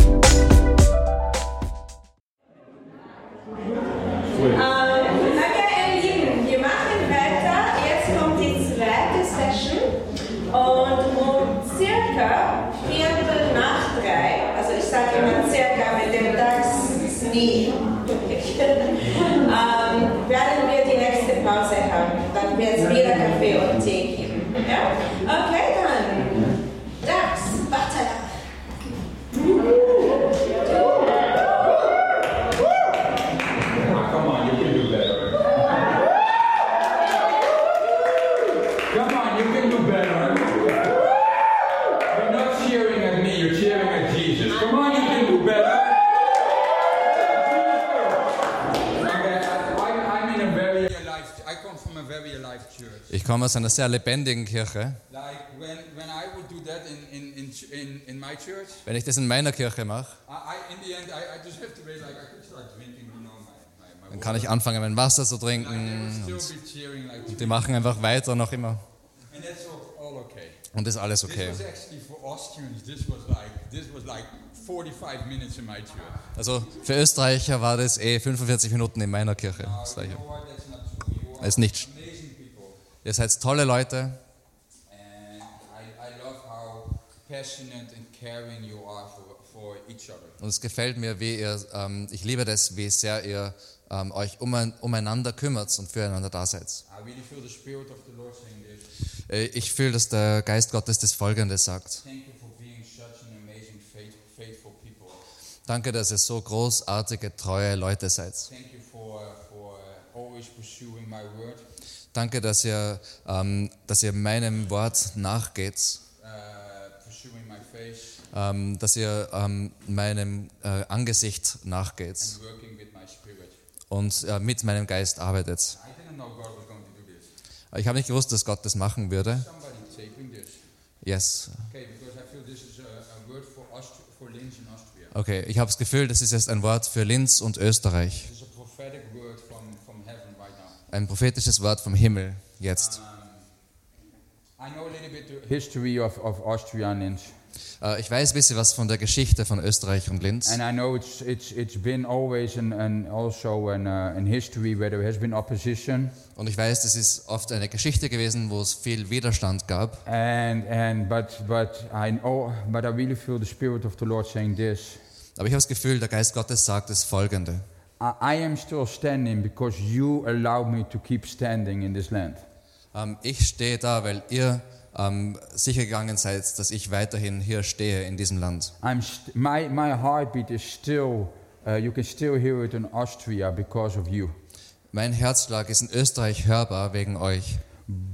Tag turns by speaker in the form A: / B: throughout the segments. A: Äh, um circa Viertel nach drei, also ich sage immer circa mit dem Tagsnie, ähm, werden wir die nächste Pause haben. Dann wird es wieder Kaffee und Tee geben. Ja? Okay, dann. Dax, warte.
B: Ah, come on, you can do better. Come on, you can do better. You're not cheering at me, you're cheering at Jesus. Come on, you can do better. Okay, I, I'm in a very alive, I come from a very alive church.
C: Ich komme aus einer sehr lebendigen Kirche.
B: Like when, when I would do that in, in, in, ch- in, in my church,
C: Wenn ich das in meiner Kirche mache,
B: I, I, in the end, I, I just have to realize like, I could start drinking, you know, my, my, my
C: dann
B: water.
C: kann ich anfangen, mein Wasser zu
B: Like, they would
C: trinken.
B: still
C: Und
B: be cheering like
C: die machen einfach weiter noch immer.
B: And that's all, all okay.
C: Und ist alles
B: This
C: okay.
B: was actually for Austrians. This was like this was like 45 minutes in my church.
C: Also für Österreicher war das eh 45 Minuten in meiner Kirche.
B: Now,
C: Das
B: you
C: gleiche.
B: know what? That's not true. You are
C: Ist nicht sch-
B: amazing people,
C: Ihr seid tolle Leute
B: and I, I love how passionate and caring you are for, for each other.
C: und es gefällt mir, wie ihr, ähm, ich liebe das, wie sehr ihr ähm, euch ume- umeinander kümmert und füreinander da seid.
B: I really feel the spirit of the Lord saying this.
C: Äh, Ich fühle, dass der Geist Gottes das Folgende sagt.
B: Thank you for being such an amazing, faith, faithful people.
C: Danke, dass ihr so großartige, treue Leute seid.
B: Thank you for for always pursuing my word.
C: Danke, dass ihr, ähm, dass ihr meinem Wort nachgeht,
B: Uh, pursuing my faith
C: ähm, dass ihr ähm, meinem äh, Angesicht nachgeht
B: and working with my spirit.
C: und äh, mit meinem Geist arbeitet.
B: I didn't know God was going to do this.
C: Ich habe nicht gewusst, dass Gott das machen würde.
B: Somebody taping this.
C: Yes.
B: Okay, because I feel this is a, a word for Austri- for Linz in Austria.
C: Okay, ich habe das Gefühl, das ist jetzt ein Wort für Linz und Österreich.
B: This is a prophetic word from, from heaven right now.
C: Ein prophetisches Wort vom Himmel jetzt.
B: Um, I know a little bit the history of, of Austria and Linz.
C: Äh, ich weiß ein bisschen was von der Geschichte von Österreich und Linz.
B: And I know it's, it's, it's been always an, an also an, uh, an history where there has been opposition.
C: Und ich weiß, das ist oft eine Geschichte gewesen, wo es viel Widerstand gab.
B: And, and but, but, I know, but I really feel the Spirit of the Lord saying this.
C: Aber ich habe das Gefühl, der Geist Gottes sagt das Folgende.
B: I, I am still standing because you allowed me to keep standing in this land.
C: Ähm, ich stehe da, weil ihr ähm, sicher gegangen seid, dass ich weiterhin hier stehe in diesem Land.
B: I'm st- my, my heartbeat is still, uh, you can still hear it in Austria because of you.
C: Mein Herzschlag ist in Österreich hörbar wegen euch.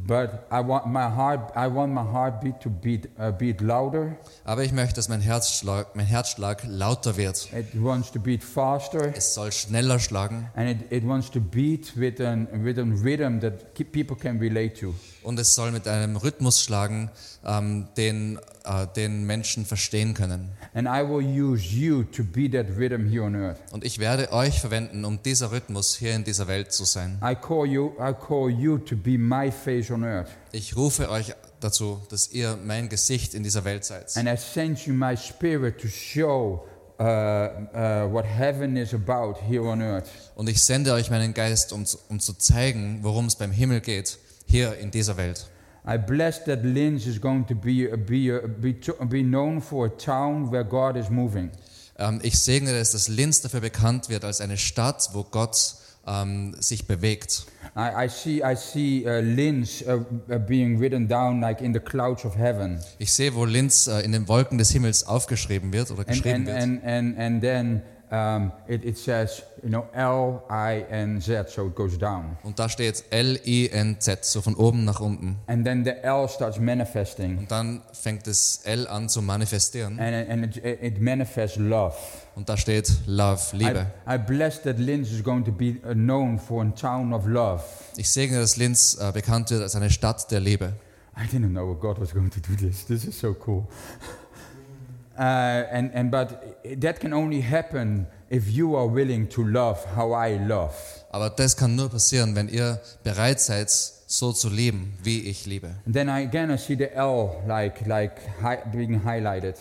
B: But I want my, heart, I want my heartbeat to beat, uh, beat louder.
C: Aber ich möchte, dass mein Herzschlag, mein Herzschlag lauter wird.
B: It wants to beat faster.
C: Es soll schneller schlagen
B: And it, it wants to beat with an with a rhythm that ki- people can relate to.
C: und es soll mit einem Rhythmus schlagen, ähm, den, äh, den Menschen verstehen können.
B: And I will use you to be that rhythm here on earth.
C: Und ich werde euch verwenden, um dieser Rhythmus hier in dieser Welt zu sein.
B: I call you, I call you to be my face on earth.
C: Ich rufe euch dazu, dass ihr mein Gesicht in dieser Welt seid.
B: And I send you my spirit to show uh, uh, what heaven is about here on earth.
C: Und ich sende euch meinen Geist, um, zu- um zu zeigen, worum es beim Himmel geht, hier in dieser Welt.
B: I bless that Linz is going to be uh, be be, to- be known for a town where God is moving.
C: Ähm, ich segne es, dass Linz dafür bekannt wird als eine Stadt, wo Gott ähm, sich bewegt.
B: I, I see I see uh, Linz uh, uh, being written down like in the clouds of heaven,
C: Ich sehe, wo Linz äh, in den Wolken des Himmels aufgeschrieben wird oder
B: and
C: geschrieben
B: and
C: wird.
B: and and, and then um, it, it says you know L I N Z, so it goes down,
C: und da steht L-I-N-Z, so von oben nach unten.
B: and then the L starts manifesting,
C: Und dann fängt das L an zu manifestieren.
B: and it- and it, it, it manifests love.
C: Und da steht Love,
B: I,
C: Liebe.
B: I bless that Linz is going to be uh, known for a town of love.
C: Ich segne, dass Linz äh, bekannt wird als eine Stadt der Liebe.
B: I didn't know God was going to do this. This is so cool. Uh, and, and but that can only happen if you are willing to love how I love.
C: Aber das kann nur passieren, wenn ihr bereit seid, so zu lieben, wie ich liebe.
B: And then I, again I see the L like like hi, being highlighted,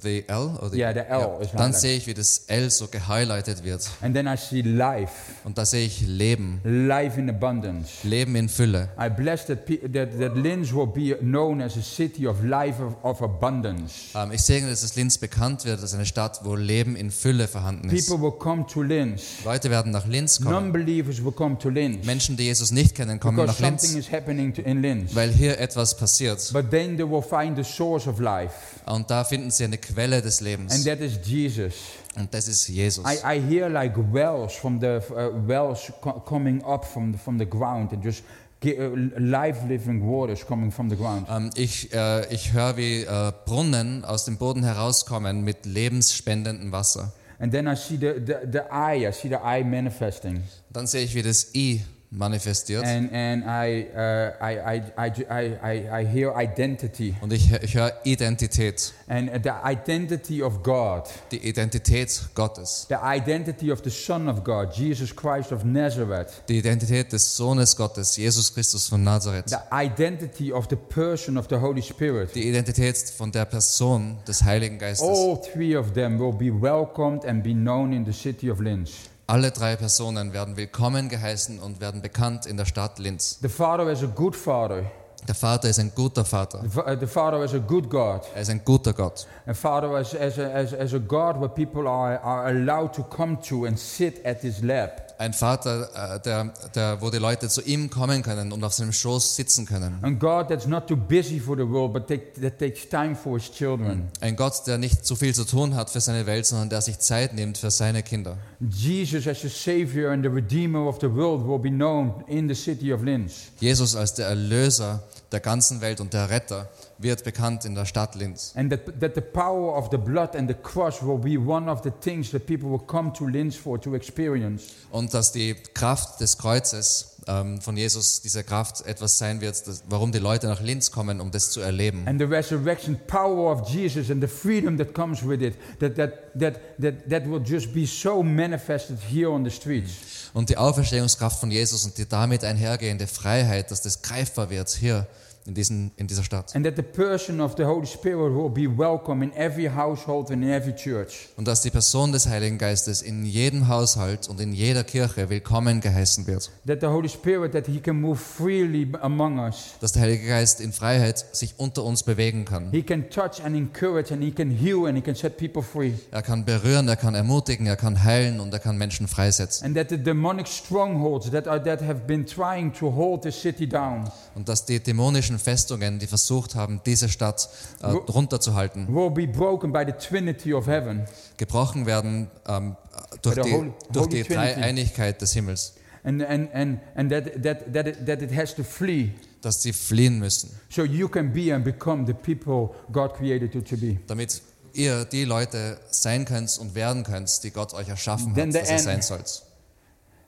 C: The L? Oder
B: Yeah, the L is
C: Dann
B: highlighted.
C: sehe ich, wie das L so gehighlightet wird.
B: And then I see life,
C: Und da sehe ich Leben.
B: life in abundance.
C: Leben in Fülle.
B: I bless that, pe- that, that Linz will be known as a city of life of, of abundance.
C: Ähm, ich sehe, dass das Linz bekannt wird als eine Stadt, wo Leben in Fülle vorhanden ist.
B: People will come to Linz.
C: Leute werden nach Linz kommen.
B: Non-believers will come to Linz.
C: Menschen, die Jesus nicht kennen, kommen
B: because
C: nach
B: something
C: Linz,
B: is happening to, in Linz.
C: weil hier etwas passiert.
B: But then they will find the source of life,
C: Und da finden sie eine Quelle des
B: and
C: Lebens.
B: that is Jesus.
C: Und das ist Jesus.
B: I, I hear like wells from the uh, wells co- coming up from the, from the ground and just ge- uh, life living waters coming from the ground.
C: Ähm, ich äh, ich höre, wie äh, Brunnen aus dem Boden herauskommen mit lebensspendendem Wasser.
B: And then I see the, the, the eye, I see the eye manifesting.
C: Dann sehe ich, wie das I manifestiert.
B: And, and I, uh, I, I, I, ju- I, I, I hear identity.
C: Und ich, ich höre Identität.
B: And the identity of God,
C: Die Identität Gottes.
B: the identity of the Son of God, Jesus Christ of Nazareth,
C: Die Identität des Sohnes Gottes, Jesus Christus von Nazareth.
B: the identity of the person of the Holy Spirit.
C: Die Identität von der Person des Heiligen Geistes.
B: All three of them will be welcomed and be known in the city of Linz.
C: Alle drei Personen werden willkommen geheißen und werden bekannt in der Stadt Linz.
B: The Father is a good Father.
C: Der Vater ist ein guter
B: The,
C: Vater.
B: fa- uh, the Father is a good God.
C: Er ist ein guter Gott.
B: And Father is as a, as, as a God where people are, are allowed to come to and sit at His lap.
C: Ein Vater, äh, der, der, wo die Leute zu ihm kommen können und auf seinem Schoß sitzen können.
B: And God that's not too busy for the world, but take, that takes time for His children.
C: Ein Gott, der nicht zu viel zu tun hat für seine Welt, sondern der sich Zeit nimmt für seine Kinder.
B: Jesus as the Savior and the Redeemer of the world will be known in the city of Linz.
C: Jesus als der Erlöser der ganzen Welt und der Retter wird bekannt in der Stadt Linz.
B: And that, that the power of the blood and the cross will be one of the things that people will come to Linz for to experience.
C: Und dass die Kraft des Kreuzes ähm, von Jesus, diese Kraft etwas sein wird, das, warum die Leute nach Linz kommen, um das zu erleben.
B: and the resurrection power of Jesus and the freedom that comes with it that that that that, that will just be so manifested here on the streets
C: Und die Auferstehungskraft von Jesus und die damit einhergehende Freiheit, dass das greifbar wird hier in, diesen, in dieser Stadt.
B: and that the person of the Holy Spirit will be welcome in every household and in every church
C: Und dass die Person des Heiligen Geistes in jedem Haushalt und in jeder Kirche willkommen geheißen wird.
B: that the Holy Spirit that he can move freely b- among us
C: Dass der Heilige Geist in Freiheit sich unter uns bewegen kann.
B: he can touch and encourage and he can heal and he can set people free
C: Er kann berühren, er kann ermutigen, er kann heilen und er kann Menschen freisetzen.
B: and that the demonic strongholds that are that have been trying to hold the city down
C: Und dass die dämonischen Festungen, die versucht haben, diese Stadt äh,
B: Wo-
C: runterzuhalten,
B: will be broken by the trinity of heaven
C: gebrochen werden ähm, durch
B: Bei der
C: die,
B: Holy-
C: durch
B: Holy
C: die
B: Trinity.
C: Dreieinigkeit des Himmels,
B: and and and and that that that it, that it has to flee
C: dass sie fliehen müssen,
B: so you can be and become the people God created you to be.
C: damit ihr die Leute sein könnt und werden könnt, die Gott euch erschaffen
B: Then
C: hat,
B: the
C: dass ihr
B: end.
C: sein sollt.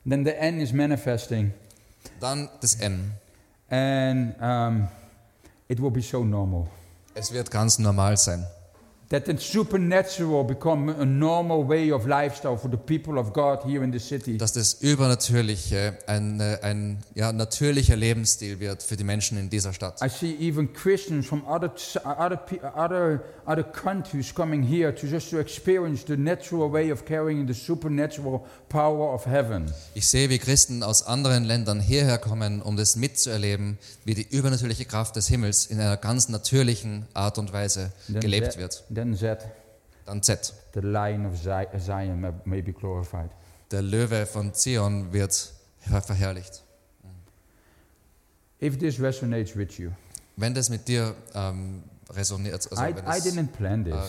B: Then the N is manifesting,
C: Dann das N.
B: and um, it will be so normal
C: Es wird ganz normal sein.
B: that the supernatural become a normal way of lifestyle for the people of God here in the city.
C: Dass das Übernatürliche ein, äh, ein ja, natürlicher Lebensstil wird für die Menschen in dieser Stadt.
B: I see even Christians from other t- other pe- other other countries coming here to just to experience the natural way of carrying the supernatural power of heaven.
C: Ich sehe, wie Christen aus anderen Ländern hierher kommen, um das mitzuerleben, wie die übernatürliche Kraft des Himmels in einer ganz natürlichen Art und Weise
B: Then
C: gelebt
B: Z-
C: wird.
B: Then that
C: Dann Z.
B: the Lion of Zi- uh, Zion may- may be glorified.
C: Der Löwe von Zion wird ver- verherrlicht.
B: If this resonates with you,
C: Wenn das mit dir ähm, resoniert, also
B: I,
C: wenn,
B: I
C: das,
B: didn't plan
C: äh,
B: this.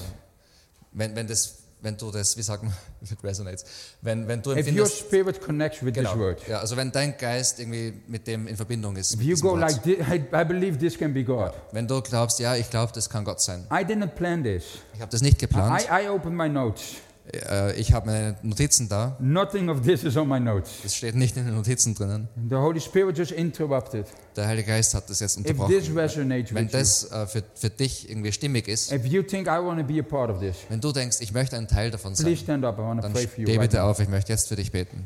C: wenn, wenn, das, wenn du das, wie sagt man, it resonates, wenn, wenn du
B: if your
C: empfindest,
B: spirit connects with this
C: genau,
B: word,
C: ja, also wenn dein Geist irgendwie mit dem in Verbindung ist,
B: if
C: mit
B: you
C: diesem
B: go
C: Wort.
B: like this, I, I believe this can be God.
C: wenn du glaubst, ja, ich glaube, das kann Gott sein.
B: I didn't plan this.
C: Ich habe das nicht geplant.
B: I, I opened my notes.
C: Äh, ich habe meine Notizen da.
B: Nothing of this is on my notes.
C: Das steht nicht in den Notizen drinnen.
B: The Holy Spirit just interrupted.
C: Der Heilige Geist hat das jetzt
B: If this
C: unterbrochen.
B: resonates
C: Wenn
B: with you,
C: das äh, für, für dich irgendwie stimmig ist,
B: if you think I want to be a part of this,
C: wenn du denkst, ich möchte ein Teil davon
B: please
C: sein,
B: stand up. I want to
C: dann
B: pray for
C: steh
B: you. Right
C: bitte
B: now.
C: auf, ich möchte jetzt für dich beten.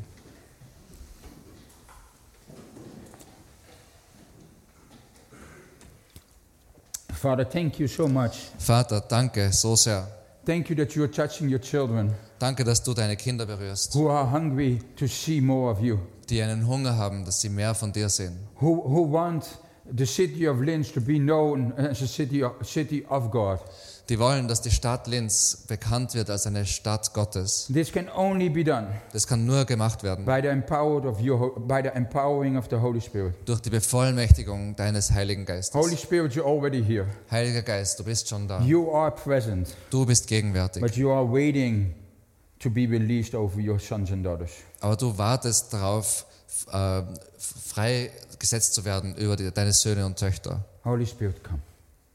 B: Father, thank you so much
C: Vater, danke so sehr,
B: Thank you that you are touching your children
C: Danke, dass du deine Kinder berührst,
B: who are hungry to see more of you,
C: die einen Hunger haben, dass sie mehr von dir sehen,
B: who, who want the city of Linz to be known as a city of, city of God.
C: die wollen, dass die Stadt Linz bekannt wird als eine Stadt Gottes.
B: This can only be done
C: Das kann nur gemacht werden
B: by the, empowered of your, by the empowering of the Holy Spirit.
C: durch die Bevollmächtigung deines Heiligen
B: Holy
C: Geistes.
B: Spirit, you're already here.
C: Heiliger Geist, du bist schon da.
B: You are present,
C: Du bist gegenwärtig.
B: but you are waiting to be released over your sons and daughters.
C: Aber du wartest darauf, f- äh, freigesetzt zu werden über die, deine Söhne und Töchter.
B: Holy Spirit, come.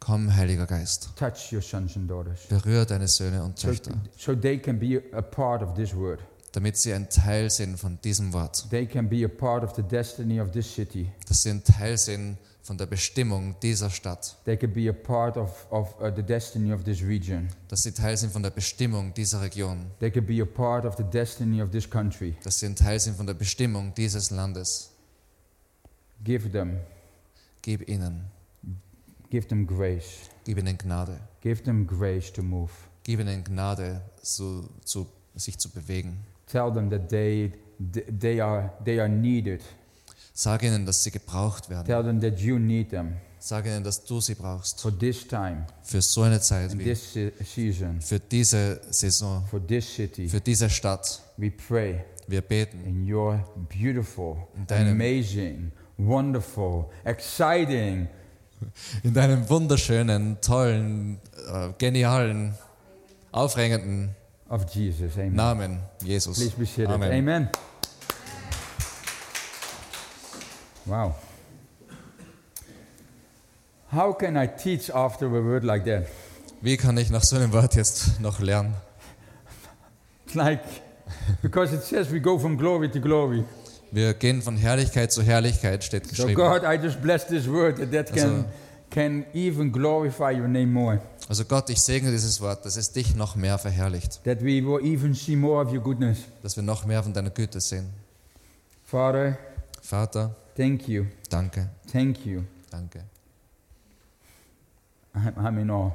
C: Komm, Heiliger Geist,
B: Touch your sons and daughters
C: berühre deine Söhne und
B: so,
C: Töchter,
B: so they can be a part of this word.
C: damit sie ein Teil sind von diesem Wort,
B: They can be a part of the destiny of this city.
C: dass sie ein Teil sind von der Bestimmung dieser Stadt,
B: They can be a part of, of uh, the destiny of this region.
C: dass sie Teil sind von der Bestimmung dieser Region,
B: They can be a part of the destiny of this country.
C: dass sie ein Teil sind von der Bestimmung dieses Landes.
B: Give them,
C: Gib ihnen,
B: give them grace.
C: gib ihnen Gnade,
B: Give them grace to move.
C: gib ihnen Gnade, zu, zu, sich zu bewegen.
B: Tell them that they, th- they, are, they are needed.
C: Sag ihnen, dass sie gebraucht werden.
B: Tell them that you need them
C: Sag ihnen, dass du sie brauchst.
B: for this time,
C: Für so eine Zeit
B: in
C: wie
B: this se- season,
C: für diese Saison,
B: for this city.
C: für diese Stadt.
B: We pray
C: Wir beten
B: in your beautiful,
C: In deinem-
B: amazing, wonderful, exciting,
C: in deinem wunderschönen, tollen, äh, genialen, aufregenden
B: of Jesus. Amen.
C: Namen, Jesus.
B: Please be seated. Amen. Wow. How can I teach after a word like that?
C: Wie kann ich nach so einem Wort jetzt noch lernen?
B: It's like, because it says we go from glory to glory.
C: Wir gehen von Herrlichkeit zu Herrlichkeit, steht
B: So,
C: geschrieben.
B: God, I just bless this word that that can,
C: Also-
B: can even glorify your name more.
C: Also Gott, ich segne dieses Wort, dass es dich noch mehr verherrlicht,
B: That we will even see more of your goodness.
C: dass wir noch mehr von deiner Güte sehen.
B: Father,
C: Vater,
B: thank you.
C: danke,
B: Thank you.
C: danke.
B: I'm, I'm in awe.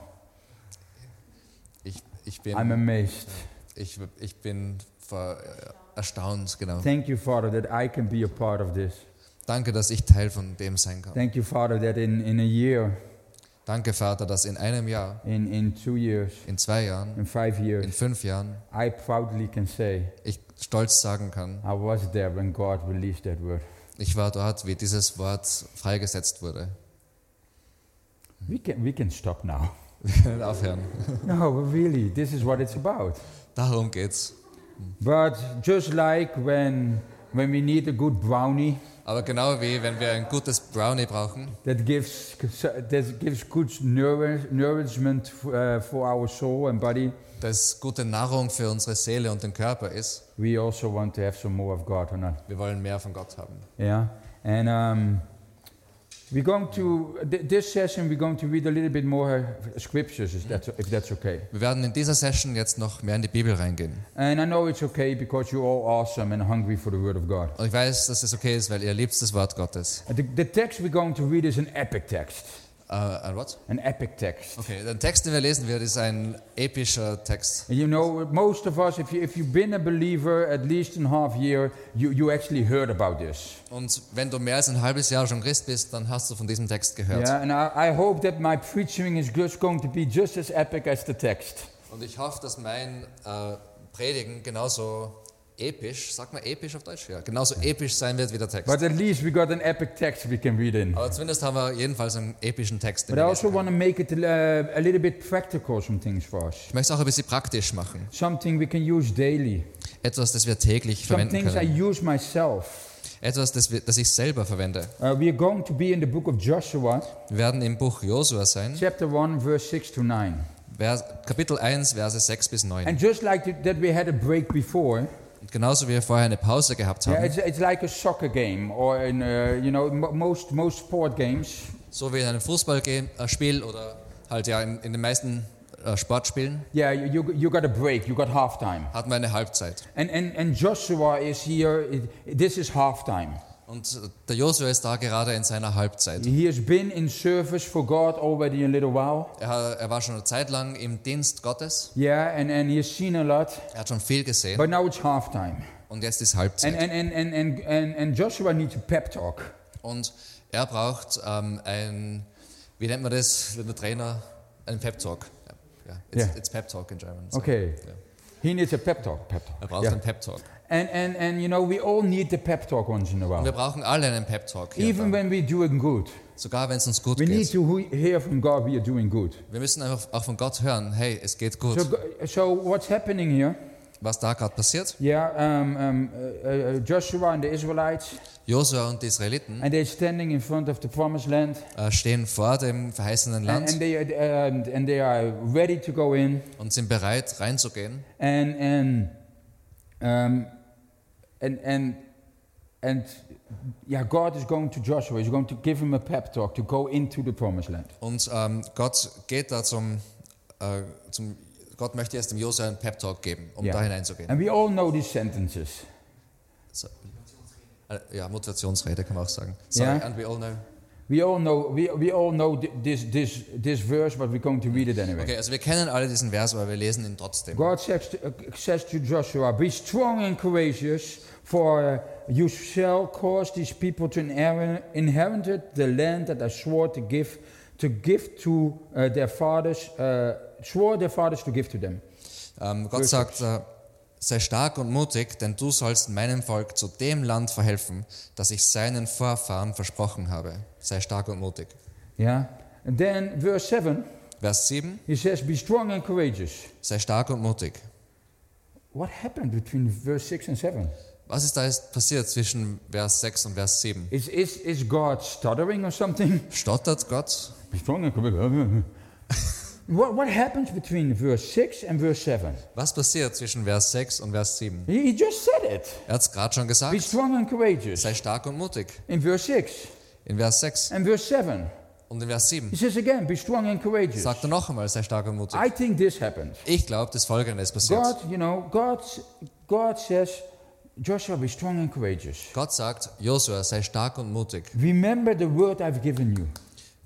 C: Ich, ich,
B: I'm
C: bin,
B: amazed.
C: ich, ich bin ver, äh, erstaunt, genau.
B: Thank you, Father, that I can be a part of this.
C: Danke, dass ich Teil von dem sein kann.
B: Thank you, Father, that in, in a year,
C: Danke, Vater, dass in einem Jahr,
B: in, in two years,
C: in zwei Jahren,
B: in five years,
C: in fünf Jahren,
B: I proudly can say,
C: ich stolz sagen kann,
B: I was there when God released that word.
C: ich war dort, wie dieses Wort freigesetzt wurde.
B: We can, we can stop now.
C: Wir können aufhören.
B: no, but really, this is what it's about.
C: Darum geht's.
B: But just like when, when we need a good brownie
C: Aber genau wie, wenn wir ein gutes Brownie brauchen,
B: that gives, that gives good nour- nourishment uh, for our soul and body,
C: das gute Nahrung für unsere Seele und den Körper ist,
B: we also want to have some more of God or not.
C: Wir wollen mehr von Gott haben.
B: Yeah, and um, we're going to th- this session. We're going to read a little bit more scriptures, if that's, if that's okay.
C: Wir werden in dieser Session jetzt noch mehr in die Bibel reingehen.
B: And I know it's okay because you're all awesome and hungry for the Word of God. Uh,
C: Und ich weiß, dass es okay ist, weil ihr liebt das Wort Gottes.
B: The, the text we're going to read is an epic text.
C: Äh, ein was?
B: An epic text.
C: Okay, der Text, den wir lesen werden, ist ein epischer Text.
B: And you know, most of us, if, you, if you've been a believer at least in half year, you, you actually heard about this.
C: Und wenn du mehr als ein halbes Jahr schon Christ bist, dann hast du von diesem Text gehört.
B: Yeah, and I, I hope that my preaching is just going to be just as epic as the text.
C: Und ich hoffe, dass mein äh, Predigen genauso episch, sag mal episch auf Deutsch, ja, genauso episch sein wird wie der Text.
B: But at least we got an epic text we can read in.
C: Aber zumindest haben wir jedenfalls einen epischen Text. den
B: But I
C: wir
B: also
C: lesen können.
B: want to make it uh, a little bit practical, some things for us.
C: Ich möchte es auch ein bisschen praktisch machen.
B: Something we can use daily.
C: Etwas, das wir täglich
B: Some
C: verwenden
B: things I
C: können.
B: use myself.
C: Etwas, das, wir, das ich selber verwende.
B: Uh, we are going to be in the book of Joshua,
C: Wir werden im Buch Josua sein,
B: chapter 1, verse 6 to 9.
C: Vers, Kapitel 1, Verse 6 bis 9.
B: And just like th- that, we had a break before.
C: Und genauso wie wir vorher eine Pause gehabt
B: Yeah,
C: haben,
B: it's, it's like a soccer game, or in uh, you know mo- most most sport games.
C: so wie in einem Fußballspiel oder halt ja in, in den meisten äh, Sportspielen,
B: Yeah, you you, you got a break. You got halftime.
C: hat man eine Halbzeit.
B: And and and Joshua is here. It, this is halftime.
C: Und äh, der Josua ist da gerade in seiner Halbzeit.
B: He has been in service for God already a little while.
C: Er, hat- er war schon eine Zeit lang im Dienst Gottes.
B: Yeah, and, and he has seen a lot.
C: Er hat schon viel gesehen.
B: But now it's half time.
C: Und jetzt ist
B: And,
C: Halbzeit.
B: and, and, and, and, and, and Joshua needs a pep talk.
C: Und er braucht ähm, ein, wie nennt man das, wenn der Trainer, einen Pep Talk. Ja, ja. It's,
B: Ja.
C: it's Pep Talk in German. So.
B: Okay.
C: Ja.
B: He needs a pep talk. Pep
C: Er
B: talk.
C: braucht einen Pep Talk.
B: And, and, and you know, we all need the pep talk once in a
C: Und wir
B: while.
C: brauchen alle einen Pep Talk. Hier
B: Even
C: dann.
B: when we're doing good.
C: Sogar wenn es uns gut
B: We need
C: geht.
B: to hu- hear from God we are doing good.
C: Wir müssen einfach auch von Gott hören, hey, es geht
B: So,
C: gut.
B: go- so what's happening here?
C: Was da gerade passiert?
B: Yeah, um, um, uh, uh, Joshua and the Israelites,
C: Mm-hmm. Josua und die Israeliten
B: and they're standing in front of the promised land,
C: äh, stehen vor dem verheißenen
B: and, and
C: Land
B: they are, um, and they are ready to go in,
C: und sind bereit reinzugehen.
B: and and um, and and and yeah, God is going to Joshua. He's going to give him a pep talk to go into the promised land.
C: Und ähm, Gott geht da zum, äh, zum Gott möchte jetzt dem Josua einen Pep Talk geben, um
B: Ja.
C: da hineinzugehen.
B: And we all know these sentences.
C: So. Äh, Ja, Motivationsrede kann man auch sagen. Sorry,
B: Ja.
C: and we all know.
B: We all know we, we all know thi- this this this verse, but we're going to read it anyway.
C: Okay, also wir kennen alle diesen Vers, aber wir lesen ihn trotzdem.
B: God says to, uh, says to Joshua, Be strong and courageous, for uh, you shall cause these people to inherit, inherit the land that I swore to give to give to uh, their fathers, uh, swore their fathers to give to them.
C: Ähm, Gott sagt, äh, sei stark und mutig, denn du sollst meinem Volk zu dem Land verhelfen, das ich seinen Vorfahren versprochen habe. Sei stark und mutig.
B: Yeah. And then verse 7,
C: Vers 7,
B: he says, Be strong and courageous.
C: sei stark und mutig.
B: What happened between verse 6 and 7?
C: Was ist da jetzt passiert zwischen Vers 6 und Vers 7?
B: Is, is, is God stuttering or something?
C: Stottert Gott?
B: Be strong and courageous. what, what happens between verse 6 and verse 7?
C: Was passiert zwischen Vers 6 und Vers 7?
B: He, he just said it.
C: Er hat es gerade schon
B: Be
C: gesagt,
B: strong and courageous.
C: sei stark und mutig.
B: In verse 6
C: In Vers 6
B: and verse 7,
C: und in Vers
B: he
C: 7
B: says again, be strong and courageous.
C: sagt er noch einmal, sei stark und mutig.
B: I think this happened.
C: Ich glaube, das Folgende ist passiert.
B: God, you know, God, God says, Joshua, be strong and courageous.
C: Gott sagt, Josua, sei stark und mutig.
B: Remember the word I've given you.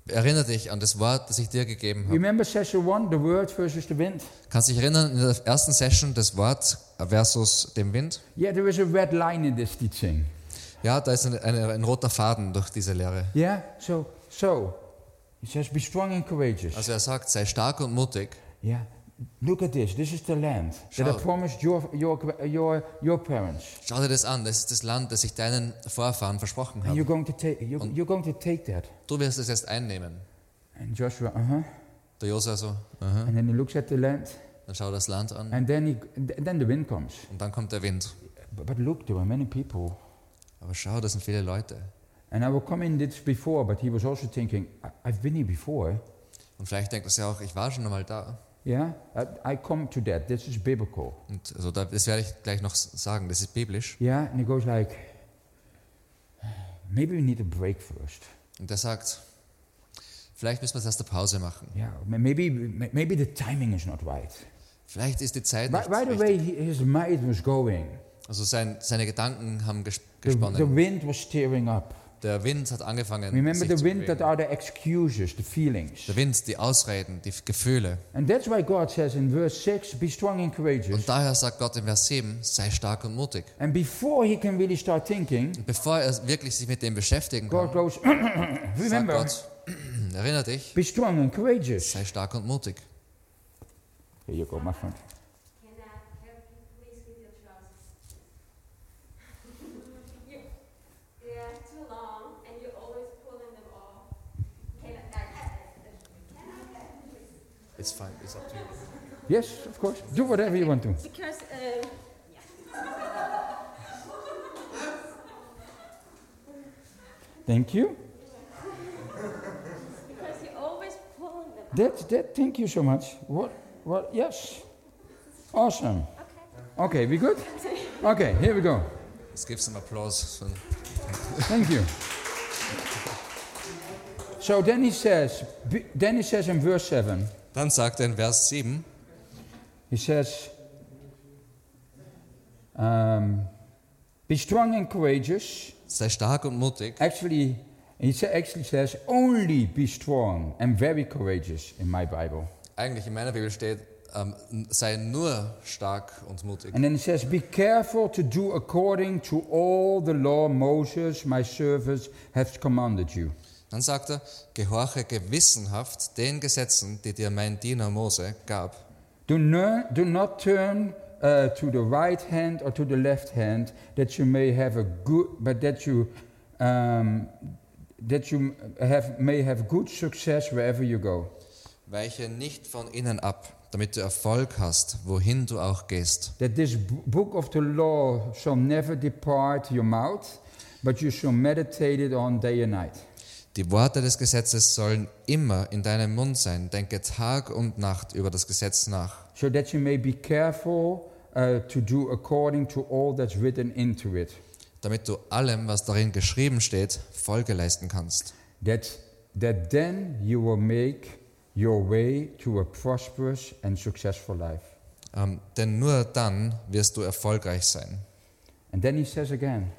C: Erinnere dich an das Wort, das ich dir gegeben habe.
B: Remember session 1, the word versus the wind?
C: Kannst dich erinnern, in der ersten Session das Wort versus dem Wind?
B: Yeah, there is a red line in this teaching.
C: Ja, da ist ein, ein, ein roter Faden durch diese Lehre.
B: Yeah, so, so, he says, be strong and courageous.
C: Also er sagt, sei stark und mutig.
B: Yeah, look at this. This is the land that I
C: Zo.
B: promised your, your, your, your parents.
C: Schau dir das an, das ist das Land, das ich deinen Vorfahren versprochen
B: And
C: habe.
B: you're going to take, you're, you're going to take that.
C: Du wirst es jetzt einnehmen.
B: And Joshua, uh huh.
C: Der Josua so,
B: And then he looks at the land,
C: dann schau das Land an
B: and then he, th- then the wind comes.
C: und dann kommt der Wind.
B: But, but look, there were many people.
C: Aber schau, das sind viele Leute.
B: And I will come in this before, but he was also thinking, I, I've been here before.
C: Und vielleicht denkt es ja auch, ich war schon einmal da.
B: Yeah, I, I come to that. This is biblical.
C: Und also da, das werde ich gleich noch s- sagen, das ist biblisch.
B: Yeah, and he goes like, maybe we need a break first.
C: Und er sagt, vielleicht müssen wir jetzt erst eine Pause machen.
B: Yeah, ma- maybe ma- maybe the timing is not right.
C: Vielleicht ist die Zeit
B: By,
C: nicht
B: by the
C: richtig.
B: way, he, his mind was going.
C: Also sein, seine Gedanken haben ges
B: The, the
C: gesponnen.
B: wind was stirring up.
C: Der Wind hat angefangen,
B: Remember
C: sich
B: the
C: zu
B: wind
C: bewegen.
B: that are the excuses, the feelings.
C: Der Wind, die Ausreden, die F- Gefühle.
B: And that's why God says in verse 6, be strong and courageous.
C: Und daher sagt Gott in Vers 7, sei stark und mutig.
B: And before he can really start thinking,
C: Und bevor er wirklich sich mit dem beschäftigen kann,
B: God goes,
C: sagt
B: remember,
C: Gott, erinnere dich,
B: be strong and courageous.
C: sei stark und mutig.
B: Here you go, my friend.
D: Can I help you please with your trousers? You- They are too long and you're always pulling them off. Can I, can I help you please?
C: It's fine, it's up to you.
B: Yes, of course. Do whatever you want to.
D: Because, um,
B: Thank you.
D: because you're always pulling them.
B: That, that, thank you so much. What, what, yes. Awesome. Okay, we good? Okay, here we go.
C: Jetzt gibt's einen Applaus. Und
B: Thank you. So then he says, be- then he says in verse 7,
C: Dann sagt er in Vers 7,
B: He says, um, Be strong and courageous.
C: Sei stark und mutig.
B: Actually, he sa- actually says, only be strong and very courageous in my Bible.
C: Eigentlich in meiner Bibel steht, ähm, n- sei nur stark und mutig.
B: And then it says, Be careful to do according to all the law Moses, my servant, has commanded you.
C: Dann sagt er, gehorche gewissenhaft den Gesetzen, die dir mein Diener Mose gab.
B: Do, ner- do not turn uh, to the right hand or to the left hand, that you may have a good, but that you, um, that you have, may have good success wherever you go.
C: Weiche nicht von ihnen ab, damit du Erfolg hast, wohin du auch gehst.
B: That this b- book of the law shall never depart your mouth, but you shall meditate it on day and night.
C: Die Worte des Gesetzes sollen immer in deinem Mund sein. Denke Tag und Nacht über das Gesetz nach,
B: so that you may be careful uh, to do according to all that's written into it.
C: damit du allem, was darin geschrieben steht, Folge leisten kannst.
B: That, that then you will make your way to a prosperous and successful life.
C: Ähm, denn nur dann wirst du erfolgreich sein.
B: And then he says again,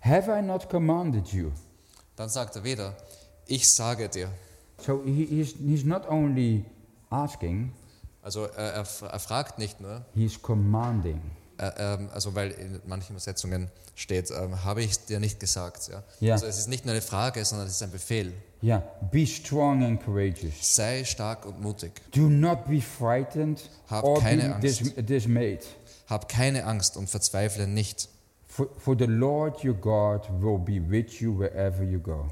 B: Have I not commanded you?
C: Dann sagt er wieder, ich sage dir.
B: So he, he's, he's not only asking,
C: Also er, er, fra- er fragt nicht nur,
B: he's commanding.
C: er, ähm, also weil in manchen Übersetzungen steht, ähm, habe ich dir nicht gesagt. Ja?
B: Ja.
C: Also es ist nicht nur eine Frage, sondern es ist ein Befehl.
B: Yeah, be strong and courageous.
C: Sei stark und mutig.
B: Do not be frightened
C: Hab
B: or be
C: keine
B: dis- dismayed,
C: Hab keine Angst und verzweifle nicht,
B: for, for the Lord your God will be with you wherever you go.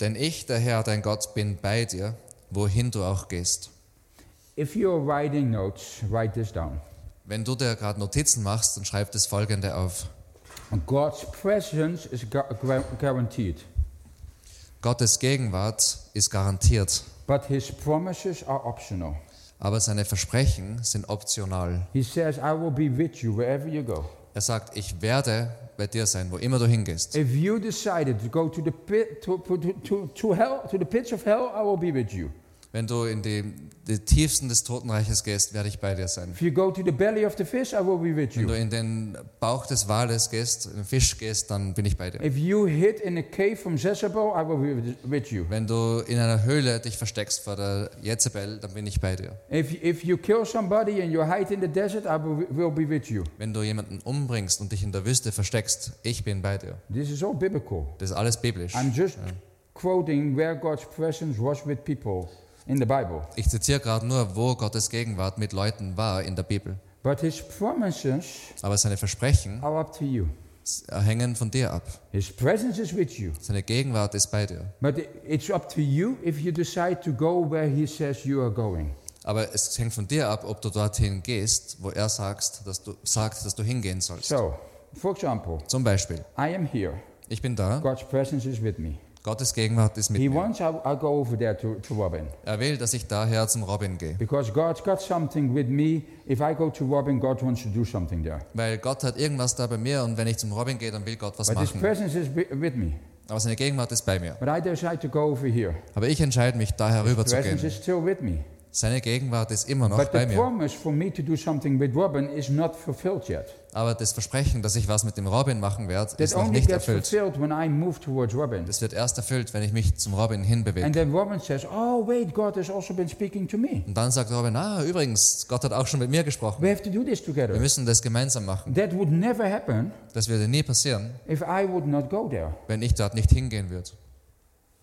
C: denn ich, der Herr, dein Gott, bin bei dir, wohin du auch gehst.
B: If you're writing notes, write this down.
C: Wenn du dir gerade Notizen machst, dann schreib das folgende auf.
B: God's presence is gu- gu- guaranteed,
C: Gottes Gegenwart ist garantiert,
B: but his promises are optional.
C: aber seine Versprechen sind optional.
B: He says, I will be with you wherever you go.
C: Er sagt, ich werde bei dir sein, wo immer du hingehst.
B: If you decided to go to the pit to, to, to, to hell to the pits of hell, I will be with you.
C: Wenn du in die, die Tiefsten des Totenreiches gehst, werde ich bei dir sein.
B: If you go to the belly of the fish, I will be with
C: Wenn du
B: you.
C: in den Bauch des Wales gehst, in den Fisch gehst, dann bin ich bei dir.
B: If you hid in a cave from Jezebel, I will be with- with you.
C: Wenn du in einer Höhle dich versteckst vor der Jezebel, dann bin ich bei dir.
B: If, if you kill somebody and you hide in the desert, I will, will be with you.
C: Wenn du jemanden umbringst und dich in der Wüste versteckst, ich bin bei dir.
B: This is all biblical.
C: Das ist alles biblisch.
B: I'm just quoting where God's presence was with people in the Bible.
C: Ich zitiere gerade nur, wo Gottes Gegenwart mit Leuten war in der Bibel.
B: But his promises
C: Aber seine Versprechen
B: are up to you.
C: s- hängen von dir ab.
B: His presence is with you.
C: Seine Gegenwart ist bei dir.
B: But i- it's up to you if you decide to go where he says you are going.
C: Aber es hängt von dir ab, ob du dorthin gehst, wo er sagst, dass du, sagt, dass du hingehen sollst.
B: So, for example,
C: Zum Beispiel,
B: I am here.
C: ich bin da,
B: God's presence is with me.
C: Gottes Gegenwart ist mit
B: He
C: mir.
B: wants I, I go over there to, to Robin.
C: Er will, dass ich daher zum Robin gehe.
B: Because God's got something with me. If I go to Robin, God wants to do something there.
C: Weil Gott hat irgendwas da bei mir und wenn ich zum Robin gehe, dann will Gott was
B: But his
C: machen.
B: presence is wi- with me.
C: Aber seine Gegenwart ist bei mir.
B: But I decide to go over here.
C: Aber ich entscheide mich, daher rüber zu
B: Presence
C: gehen.
B: is still with me.
C: Seine Gegenwart ist immer noch
B: But
C: bei
B: the
C: mir.
B: promise for me to do something with Robin is not fulfilled yet.
C: Aber das Versprechen, dass ich was mit dem Robin machen werde,
B: That
C: ist noch
B: only
C: nicht
B: gets
C: erfüllt.
B: fulfilled when I move towards Robin.
C: Das wird erst erfüllt, wenn ich mich zum Robin hinbewege.
B: And then Robin says, Oh, wait, God has also been speaking to me.
C: Und dann sagt Robin, ah, übrigens, Gott hat auch schon mit mir gesprochen.
B: We have to do this
C: Wir
B: together.
C: müssen das gemeinsam machen.
B: That would never happen
C: Das würde nie passieren,
B: if I would not go there.
C: wenn ich dort nicht hingehen würde.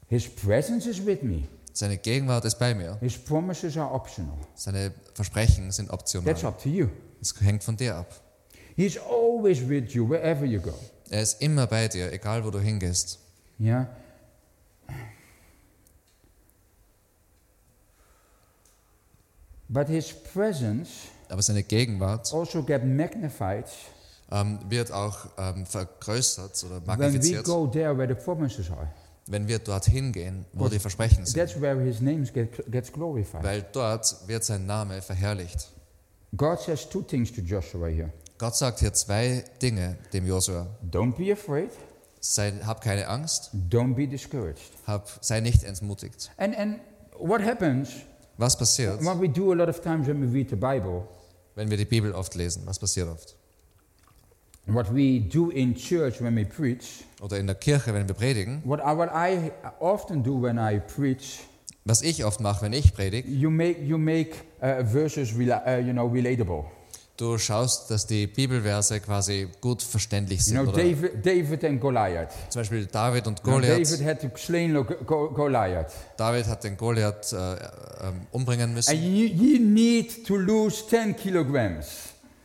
B: His presence is with me,
C: Seine Gegenwart ist bei mir.
B: His promises are optional.
C: Seine Versprechen sind
B: That's
C: optional.
B: up to you.
C: Es hängt von dir ab.
B: He's always with you wherever you go.
C: Er ist immer bei dir, egal wo du hingehst.
B: Yeah? But His presence
C: Aber seine Gegenwart
B: also get magnified
C: ähm, wird auch ähm, vergrößert oder
B: when we
C: magnifiziert,
B: go there where the promises are.
C: wenn wir dorthin gehen, wo die Versprechen sind.
B: That's where His name get, gets glorified.
C: Weil dort wird sein Name verherrlicht.
B: God says two things to Joshua here.
C: Gott sagt hier zwei Dinge dem Josua.
B: Don't be afraid,
C: Sei, hab keine Angst,
B: don't be discouraged.
C: hab, sei nicht entmutigt.
B: And and what happens
C: Was passiert,
B: what we do a lot of times when we read the Bible,
C: wenn wir die Bibel oft lesen? Was passiert oft?
B: what we do in church when we preach,
C: oder in der Kirche, wenn wir predigen,
B: what I, what I often do when I preach,
C: was ich oft mache, wenn ich predige,
B: you make, you make uh, verses rela- uh, you know, relatable.
C: du schaust, dass die Bibelverse quasi gut verständlich
B: You
C: sind.
B: know,
C: Oder
B: David, David and Goliath.
C: zum Beispiel David und
B: You know,
C: Goliath.
B: David had to slay Lo- Go- Goliath.
C: David hat den Goliath äh, ähm, umbringen
B: And
C: müssen.
B: you, you need to lose 10 kilograms.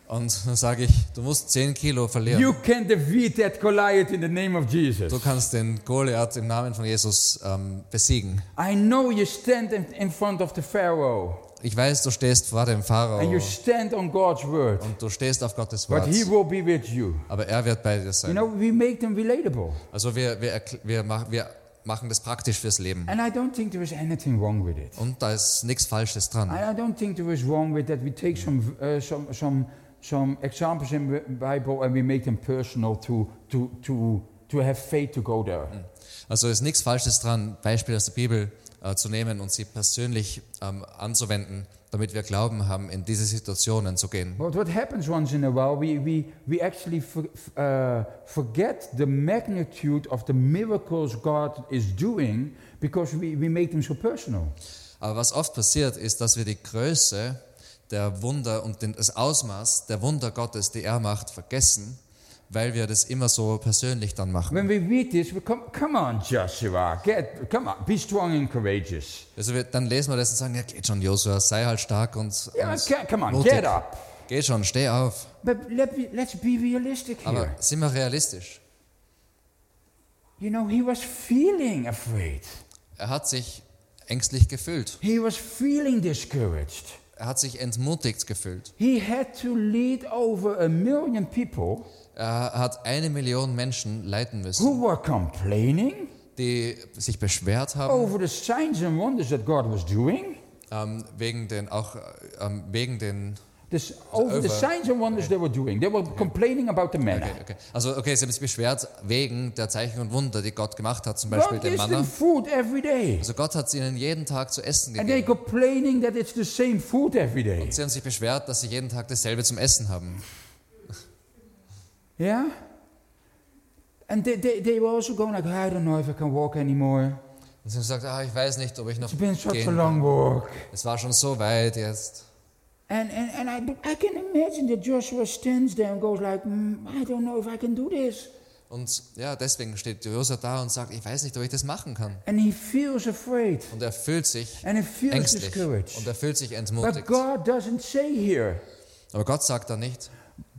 C: Und dann sage ich, du musst 10 Kilo
B: You
C: verlieren.
B: can defeat that Goliath in the name of Jesus.
C: Du kannst den Goliath im Namen von Jesus ähm, besiegen.
B: I know you stand in, in front of the Pharaoh
C: Ich weiß, du stehst vor dem Pharao
B: and you stand on God's word,
C: und du stehst auf Gottes
B: but
C: Wort,
B: he will be with you.
C: aber er wird bei dir
B: You know,
C: sein.
B: we make them relatable.
C: Also wir, wir, erkl- wir, mach, wir machen das praktisch fürs Leben.
B: And I don't think there is anything wrong with it.
C: Und da ist nichts Falsches dran.
B: I, I don't think there is wrong with that. We take some, uh, some, some, some examples in the Bible and we make them personal to, to, to, to have faith to go there.
C: Also ist nichts Falsches dran, Beispiele aus der Bibel äh, zu nehmen und sie persönlich ähm, anzuwenden, damit wir Glauben haben, in diese Situationen zu gehen.
B: But what happens once in a while, we, we, we actually for, f- uh, forget the magnitude of the miracles God is doing because we, we make them so personal.
C: Aber was oft passiert, ist, dass wir die Größe der Wunder und den, das Ausmaß der Wunder Gottes, die er macht, vergessen, weil wir das immer so persönlich dann machen.
B: When we read this, we come, come on, Joshua, get, come on, be strong and courageous.
C: Also wir, dann lesen wir das und sagen, ja geht schon, Joshua, sei halt stark und,
B: Yeah,
C: und
B: ca- come on,
C: mutig.
B: get up.
C: Geh schon, steh auf.
B: But let me, let's be realistic here.
C: Aber sind wir realistisch?
B: You know, he was feeling afraid.
C: Er hat sich ängstlich gefühlt.
B: He was feeling discouraged.
C: Er hat sich entmutigt gefühlt.
B: He had to lead over a million people
C: Er hat eine Million Menschen leiten
B: who
C: müssen,
B: were complaining
C: die sich beschwert haben,
B: over the signs and wonders that God was doing.
C: ähm, wegen den, auch ähm, wegen den
B: This, over the
C: over.
B: signs and wonders they were doing. They were complaining about the manna.
C: Okay, okay. Also, okay, sie haben sich beschwert wegen der Zeichen und Wunder, die Gott gemacht hat, zum Beispiel
B: God
C: dem
B: gives them
C: Manna.
B: food every day.
C: Also, Gott hat ihnen jeden Tag zu essen
B: And they're
C: gegeben.
B: complaining that it's the same food every day.
C: Sie haben sich beschwert, dass sie jeden Tag dasselbe zum Essen haben.
B: Yeah? And they, they, they were also going like, I don't know if I can walk anymore.
C: Und sie haben gesagt, ah, ich weiß nicht, ob ich noch
B: It's been such a
C: gehen
B: long walk.
C: Es war schon so weit jetzt.
B: And, and, and I, but I can imagine that Joshua stands there and goes like, mm, I don't know if I can do this.
C: Und ja, deswegen steht Josua da und sagt, ich weiß nicht, ob ich das machen kann.
B: And he feels afraid.
C: Und er fühlt sich
B: And he feels
C: ängstlich und
B: discouraged.
C: er fühlt sich
B: But
C: entmutigt.
B: God doesn't say here,
C: Aber Gott sagt da nicht,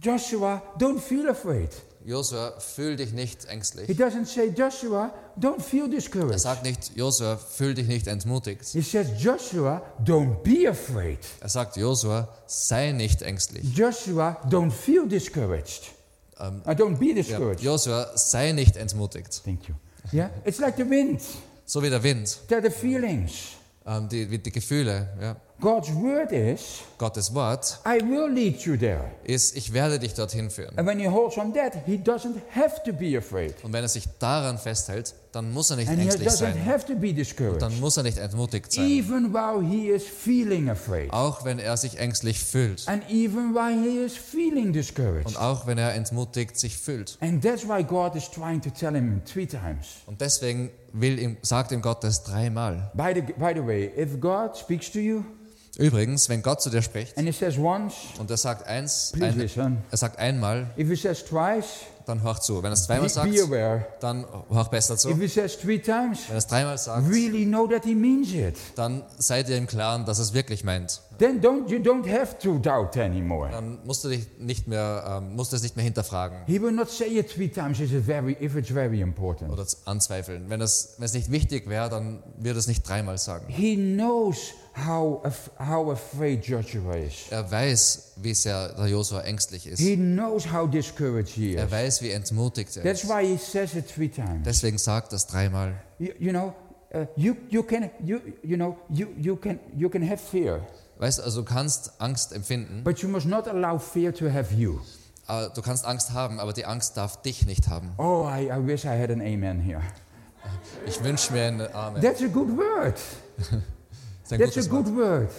B: Joshua, don't feel afraid.
C: Josua, fühl dich nicht
B: He
C: ängstlich.
B: doesn't say, Joshua, don't feel
C: Er
B: discouraged.
C: sagt nicht, Josua, fühl dich nicht entmutigt.
B: He says, Joshua, don't be afraid.
C: Er sagt Josua, sei nicht ängstlich.
B: Mhm. Joshua, don't feel discouraged.
C: Um,
B: Uh, don't be
C: Ja,
B: discouraged.
C: Josua, sei nicht entmutigt.
B: Thank you. Yeah? It's like the wind.
C: So wie der Wind,
B: They're the feelings.
C: ähm, die, wie die Gefühle. Ja.
B: God's word is,
C: Gottes Wort
B: I will lead you there.
C: ist, ich werde dich dorthin führen.
B: And when he holds on that, he doesn't have to be afraid.
C: Und wenn er sich daran festhält, dann muss er nicht
B: And he
C: ängstlich
B: doesn't
C: sein.
B: have to be
C: Dann
B: discouraged.
C: muss er nicht entmutigt sein.
B: Even while he is feeling afraid.
C: Auch wenn er sich ängstlich fühlt.
B: And even while he is feeling discouraged.
C: Und auch wenn er entmutigt sich fühlt.
B: And that's why God is trying to tell him three times.
C: Und deswegen will ihm, sagt ihm Gott das dreimal.
B: By the, by the way, if God speaks to you
C: Übrigens, wenn Gott zu dir spricht
B: and he says once,
C: und er sagt eins,
B: please
C: ein,
B: listen.
C: er sagt einmal,
B: If he says twice,
C: dann hör zu. Wenn er es
B: be,
C: zweimal sagt,
B: be aware.
C: dann hör besser zu.
B: If
C: Wenn
B: he says three times,
C: er es dreimal sagt,
B: really know that he means it.
C: dann seid ihr im Klaren, dass es wirklich meint.
B: Then don't you don't have to doubt anymore.
C: Dann musst du dich nicht mehr, ähm, musst du es nicht mehr hinterfragen
B: He will not say it three times if it's very, if it's very important.
C: oder z- anzweifeln. Wenn es, wenn es nicht wichtig wäre, dann würde es nicht dreimal sagen.
B: He knows how af- how afraid Joshua is.
C: Er weiß, wie sehr der Josua ängstlich ist.
B: He knows how discouraged he
C: Er
B: is.
C: weiß, wie entmutigt er
B: That's
C: ist.
B: why he says it three times.
C: Deswegen sagt das dreimal.
B: You, you know, uh, you you can you you know you you can you can have fear,
C: Weißt du, also du kannst Angst empfinden,
B: but you must not allow fear to have you.
C: aber du kannst Angst haben, aber die Angst darf dich nicht haben.
B: Oh, I, I wish I had an amen here.
C: Ich wünsche mir eine Amen.
B: That's a good word.
C: Das ist ein
B: That's a
C: gutes Wort.
B: good word.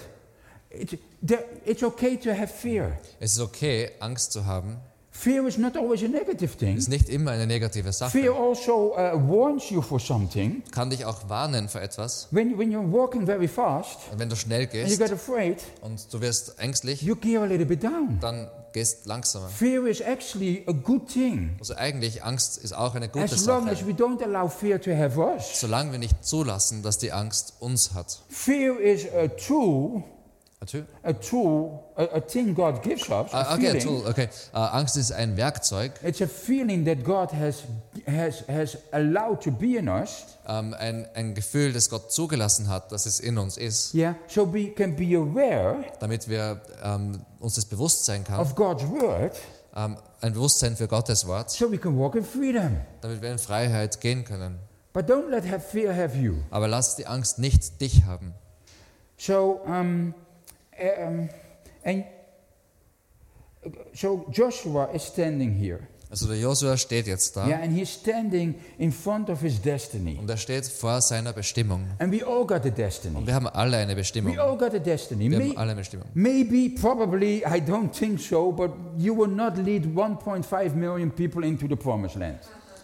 B: It, there, it's okay to have fear.
C: Es ist okay, Angst zu haben.
B: Fear is not always a negative thing.
C: Ist nicht immer eine negative
B: Fear
C: Sache.
B: also uh, warns you for something.
C: Kann dich auch warnen für etwas.
B: When, when you're walking very fast
C: Und wenn du schnell
B: and you
C: gehst
B: get afraid,
C: und du wirst ängstlich,
B: you gear a little bit down.
C: dann gehst langsamer.
B: Fear is actually a good thing
C: Also eigentlich, Angst ist auch eine gute
B: as long as
C: Sache.
B: we don't allow fear to have us.
C: Solange wir nicht zulassen, dass die Angst uns hat.
B: Fear is a tool,
C: Natürlich.
B: a tool, a, a thing God gives us. a
C: Ah, okay,
B: feeling.
C: tool, okay. Ah, Angst ist ein Werkzeug,
B: It's a feeling that God has, has, has allowed to be in us.
C: ähm, ein, ein Gefühl, das Gott zugelassen hat, dass es in uns ist,
B: Yeah. So we can be aware
C: damit wir ähm, uns das bewusst sein kann,
B: of God's word
C: ähm, ein Bewusstsein für Gottes Wort,
B: so we can walk in freedom.
C: damit wir in Freiheit gehen können.
B: But don't let have fear have you.
C: Aber lass die Angst nicht dich haben.
B: So, um, um, and so Joshua is standing here.
C: Also der Josua steht jetzt da
B: Yeah, and he's standing in front of his destiny.
C: und er steht vor seiner Bestimmung.
B: And we all got a
C: Und
B: destiny.
C: wir haben alle eine
B: We
C: Bestimmung.
B: all got a destiny.
C: Wir
B: May-
C: haben alle eine Bestimmung.
B: Maybe, probably, I don't think so, but you will not lead 1.5 million people into the promised land.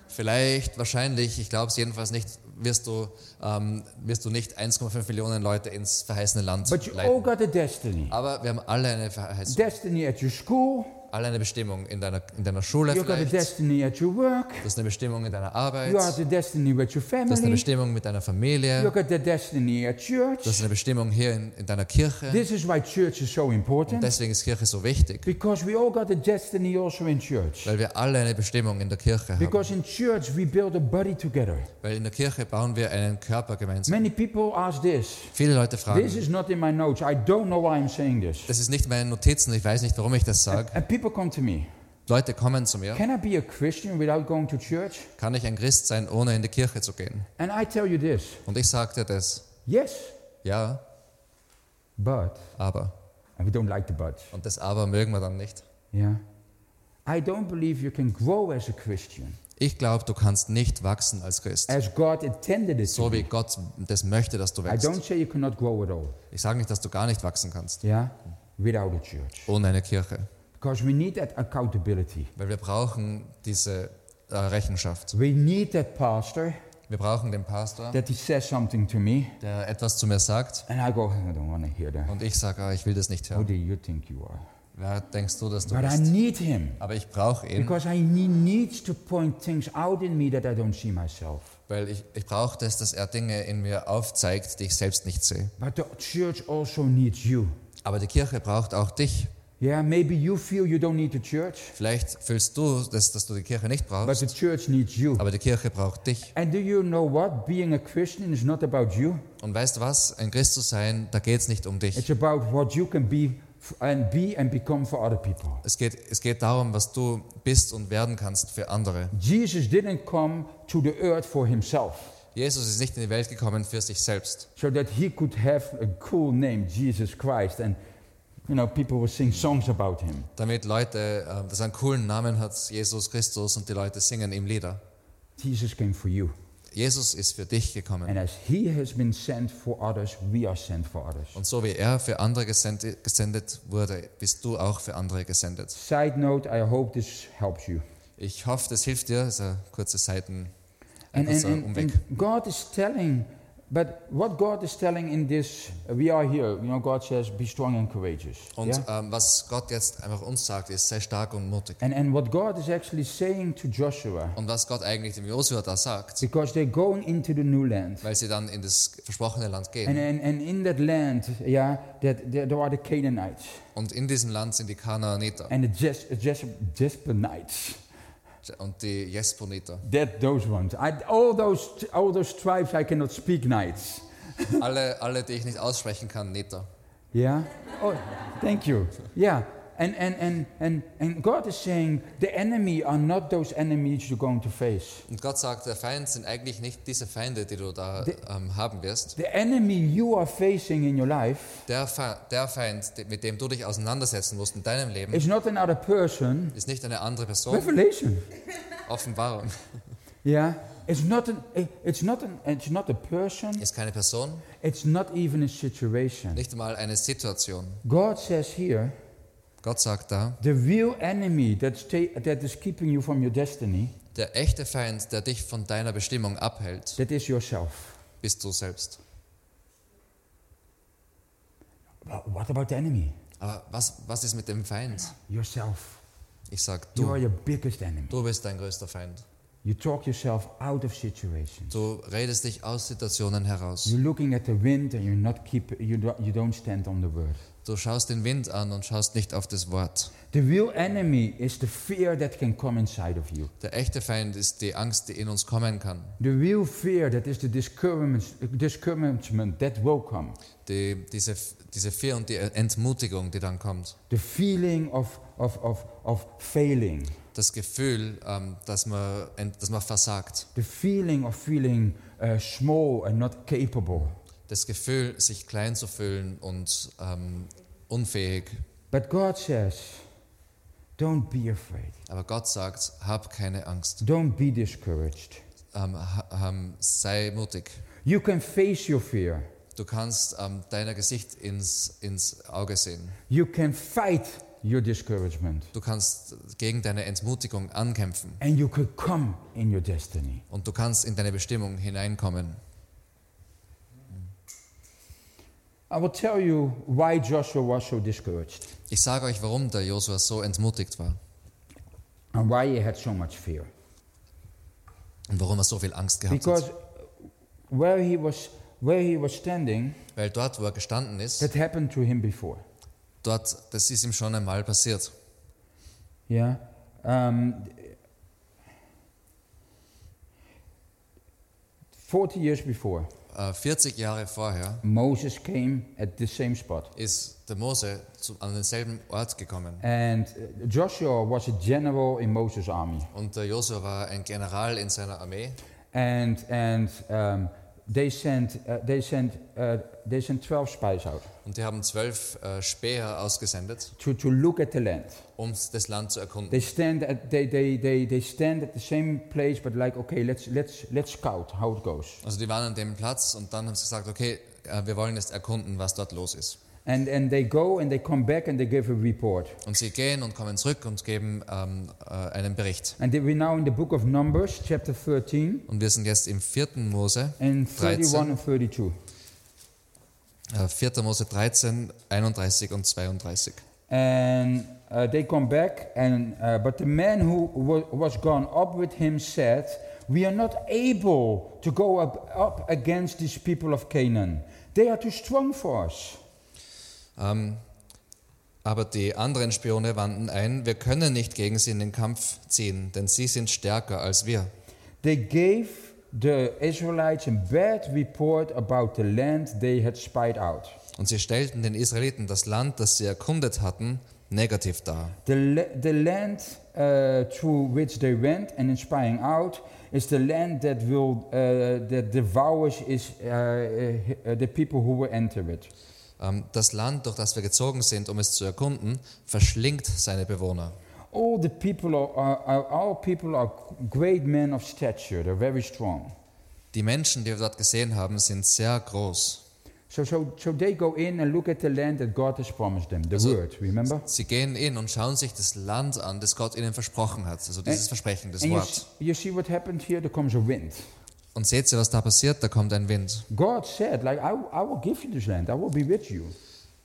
C: Vielleicht, wahrscheinlich, ich glaube es jedenfalls nicht, wirst du, ähm, wirst du nicht 1,5 Millionen Leute ins verheißene Land
B: But you all
C: leiten.
B: got a destiny.
C: Aber wir haben alle eine Verheißung,
B: Destiny at your school,
C: alle eine Bestimmung in deiner, in deiner Schule
B: you got a
C: vielleicht. Das
B: destiny at your work,
C: ist eine Bestimmung in deiner
B: you
C: Arbeit.
B: got a destiny with
C: Das
B: your
C: ist eine
B: family,
C: Bestimmung mit deiner
B: you
C: Familie.
B: got a destiny at church.
C: Das ist eine Bestimmung hier in, in deiner Kirche.
B: This is why church is so
C: Und
B: important,
C: deswegen ist Kirche so wichtig,
B: because we all got a destiny also in church.
C: weil wir alle eine Bestimmung in der Kirche haben.
B: Because in church we build a body together.
C: Weil in der Kirche bauen wir einen Körper gemeinsam.
B: Many people ask this.
C: Viele Leute
B: This
C: fragen,
B: is not in my notes. I don't know why I'm saying this.
C: das ist nicht meine Notizen, ich weiß nicht, warum ich das sage.
B: And people come to me.
C: Leute kommen zu mir.
B: Can I be a Christian without going to church?
C: Kann ich ein Christ sein, ohne in die Kirche zu gehen?
B: And I tell you this
C: Und ich sagte das,
B: yes,
C: ja,
B: but,
C: aber.
B: and we don't like the buts,
C: Und das aber mögen wir dann nicht.
B: yeah. I don't believe you can grow as a Christian
C: Ich glaube, du kannst nicht wachsen als Christ,
B: as God intended it to
C: so
B: be.
C: wie Gott das möchte, dass du
B: I don't
C: wächst.
B: say you cannot grow at all,
C: Ich sage nicht, dass du gar nicht wachsen kannst,
B: yeah, without a church.
C: ohne eine Kirche.
B: Because we need that accountability.
C: Weil wir brauchen diese äh, Rechenschaft.
B: We need that pastor
C: Wir brauchen den Pastor,
B: that he says something to me,
C: der etwas zu mir sagt.
B: and I go, I don't want to hear that.
C: Und ich sage, ah, ich will das nicht
B: Who
C: hören.
B: do you think you are?
C: Wer denkst du, dass du
B: But I
C: bist?
B: need him
C: Aber ich brauche ihn,
B: because I need needs to point things out in me that I don't see myself.
C: weil ich, ich brauche das, dass er Dinge in mir aufzeigt, die ich selbst nicht sehe.
B: But the church also needs you.
C: Aber die Kirche braucht auch dich.
B: Yeah, maybe you feel you don't need the church,
C: Vielleicht fühlst du, dass, dass du die Kirche nicht
B: but
C: brauchst,
B: the church needs you.
C: aber die Kirche braucht dich.
B: And do you know what? Being a Christian is not about you.
C: Und weißt du was? Ein Christ zu sein, da geht es nicht um dich.
B: It's about what you can be f- and be and become for other people.
C: Es geht, es geht darum, was du bist und werden kannst für andere.
B: Jesus didn't come to the earth for himself
C: Jesus ist nicht in die Welt gekommen für sich selbst,
B: so that he could have a cool name, Jesus Christ, and you know people will sing songs about him.
C: damit Leute, äh, dass er einen coolen Namen hat, Jesus Christus, und die Leute singen ihm Lieder.
B: Jesus came for you.
C: Jesus ist für dich gekommen.
B: And as he has been sent for others, we are sent for others.
C: Und so wie er für andere gesendet, gesendet wurde, bist du auch für andere gesendet.
B: Side note, I hope this helps you.
C: Ich hoffe, das hilft dir. Das ist eine kurze Seiten, ein
B: And, and,
C: kurzer
B: and,
C: Umweg.
B: and God is telling, but what God is telling in this, uh, we are here, you know, God says, be strong and courageous.
C: Und
B: yeah?
C: ähm, was Gott jetzt einfach uns sagt, ist, sei stark und mutig.
B: and, and what God is actually saying to Joshua,
C: Und was Gott eigentlich dem Josua da sagt,
B: because they're going into the new land.
C: weil sie dann in das versprochene Land
B: And,
C: gehen.
B: and, and in that land, yeah, that there, there are the Canaanites
C: Und in diesem Land sind die Kanaaniter
B: and the Jes- Jes- Jespeonites.
C: und die Jesponiter.
B: That those ones, I, all those all those tribes I cannot speak nights.
C: Alle, alle, die ich nicht aussprechen kann, Neter.
B: Yeah. Oh, thank you. Yeah. And, and, and, and, and God is saying the enemy are not those enemies you're going to face.
C: Und Gott sagt, der Feind sind eigentlich nicht diese Feinde, die du da
B: Die-
C: ähm, haben wirst.
B: The enemy you are facing in your life
C: Der, Fe der Feind, de- mit dem du dich auseinandersetzen musst in deinem Leben,
B: is not another person.
C: ist nicht eine andere Person,
B: Revelation.
C: Offenbarung.
B: Yeah. It's not an, it's not an, it's not a person.
C: Ist keine Person,
B: It's not even a situation.
C: nicht mal eine Situation.
B: God says here,
C: Gott sagt da,
B: The real enemy that, stay, that is keeping you from your destiny,
C: der echte Feind, der dich von deiner Bestimmung abhält,
B: that is yourself.
C: bist du selbst.
B: But what about the enemy?
C: Aber was, was ist mit dem Feind?
B: Yourself.
C: Ich sag,
B: You are
C: du,
B: your biggest enemy.
C: du bist dein größter Feind.
B: You talk yourself out of situations.
C: Du redest dich aus Situationen heraus.
B: You're looking at the wind and you're not keep, you, do, you don't stand on the word.
C: Du schaust den Wind an und schaust nicht auf das Wort.
B: The real enemy is the fear that can come inside of you.
C: Der echte Feind ist die Angst, die in uns kommen kann.
B: The real fear that is the discouragement, discouragement that will come.
C: Die, diese, diese Fear und die Entmutigung, die dann kommt.
B: The feeling of, of, of, of failing.
C: Das Gefühl, ähm, dass, man, ent- dass man versagt.
B: The feeling of feeling uh, small and not capable.
C: Das Gefühl, sich klein zu fühlen und ähm, unfähig.
B: But God says, don't be afraid.
C: Aber Gott sagt, hab keine Angst.
B: Don't be discouraged.
C: Ähm, ha, ähm, sei mutig.
B: You can face your fear.
C: Du kannst ähm, deiner Gesicht ins, ins Auge sehen.
B: You can fight your discouragement.
C: Du kannst gegen deine Entmutigung ankämpfen.
B: And you could come in your destiny.
C: Und du kannst in deine Bestimmung hineinkommen.
B: I will tell you why Joshua was so discouraged
C: Ich sage euch, warum der Josua so entmutigt war
B: and why he had so much fear.
C: und warum er so viel Angst gehabt
B: Because
C: hat.
B: where he was where he was standing,
C: Weil dort, wo er gestanden ist,
B: that happened to him before.
C: dort, das ist ihm schon einmal passiert.
B: Yeah. Um, Forty years before,
C: Äh, 40 Jahre vorher
B: Moses came at the same spot,
C: ist der Mose zu, an denselben Ort gekommen.
B: and uh, Joshua was a general in Moses' army,
C: Und der Josua war ein General in seiner Armee.
B: and and um, they sent uh, they sent uh, they sent twelve spies out
C: Und die haben zwölf äh, Späher ausgesendet,
B: to, to look at the land.
C: um das Land zu erkunden.
B: They stand at they, they, they, they stand at the same place, but like okay, let's let's let's scout how it goes.
C: Also die waren an dem Platz und dann haben sie gesagt, okay, äh, wir wollen jetzt erkunden, was dort los ist.
B: And and they go and they come back and they give a report.
C: Und sie gehen und kommen zurück und geben ähm, äh, einen Bericht.
B: And they- we're now in the book of Numbers, chapter 13,
C: Und wir sind jetzt im 4. Mose,
B: and 31
C: 13.
B: and 32.
C: äh, 4. Mose 13, 31 und 32.
B: And uh, they come back, and uh, but the man who wa- was gone up with him said, "We are not able to go up, up against these people of Canaan. They are too strong for us."
C: Ähm, aber die anderen Spione wandten ein, wir können nicht gegen sie in den Kampf ziehen, denn sie sind stärker als wir.
B: They gave the Israelites a bad report about the land they had spied out.
C: Und sie stellten den Israeliten das Land, das sie erkundet hatten, negativ dar.
B: The, le- the land uh, through which they went and in spying out is the land that will uh, that devours is uh, uh, the people who will enter it.
C: Ähm, das Land, durch das wir gezogen sind, um es zu erkunden, verschlingt seine Bewohner.
B: All the people are, are, are all people are great men of stature. They're very strong.
C: Die Menschen, die wir dort gesehen haben, sind sehr groß.
B: So, so, so they go in and look at the land that God has promised them, the
C: Also-
B: word, remember?
C: Sie gehen in und schauen sich das Land an, das Gott ihnen versprochen hat. Also dieses Versprechen, das
B: And you,
C: Wort.
B: s- you see what happened here? There comes a wind.
C: Und seht ihr, was da passiert? Da kommt ein Wind.
B: God said, like, I, I will give you this land, I will be with you.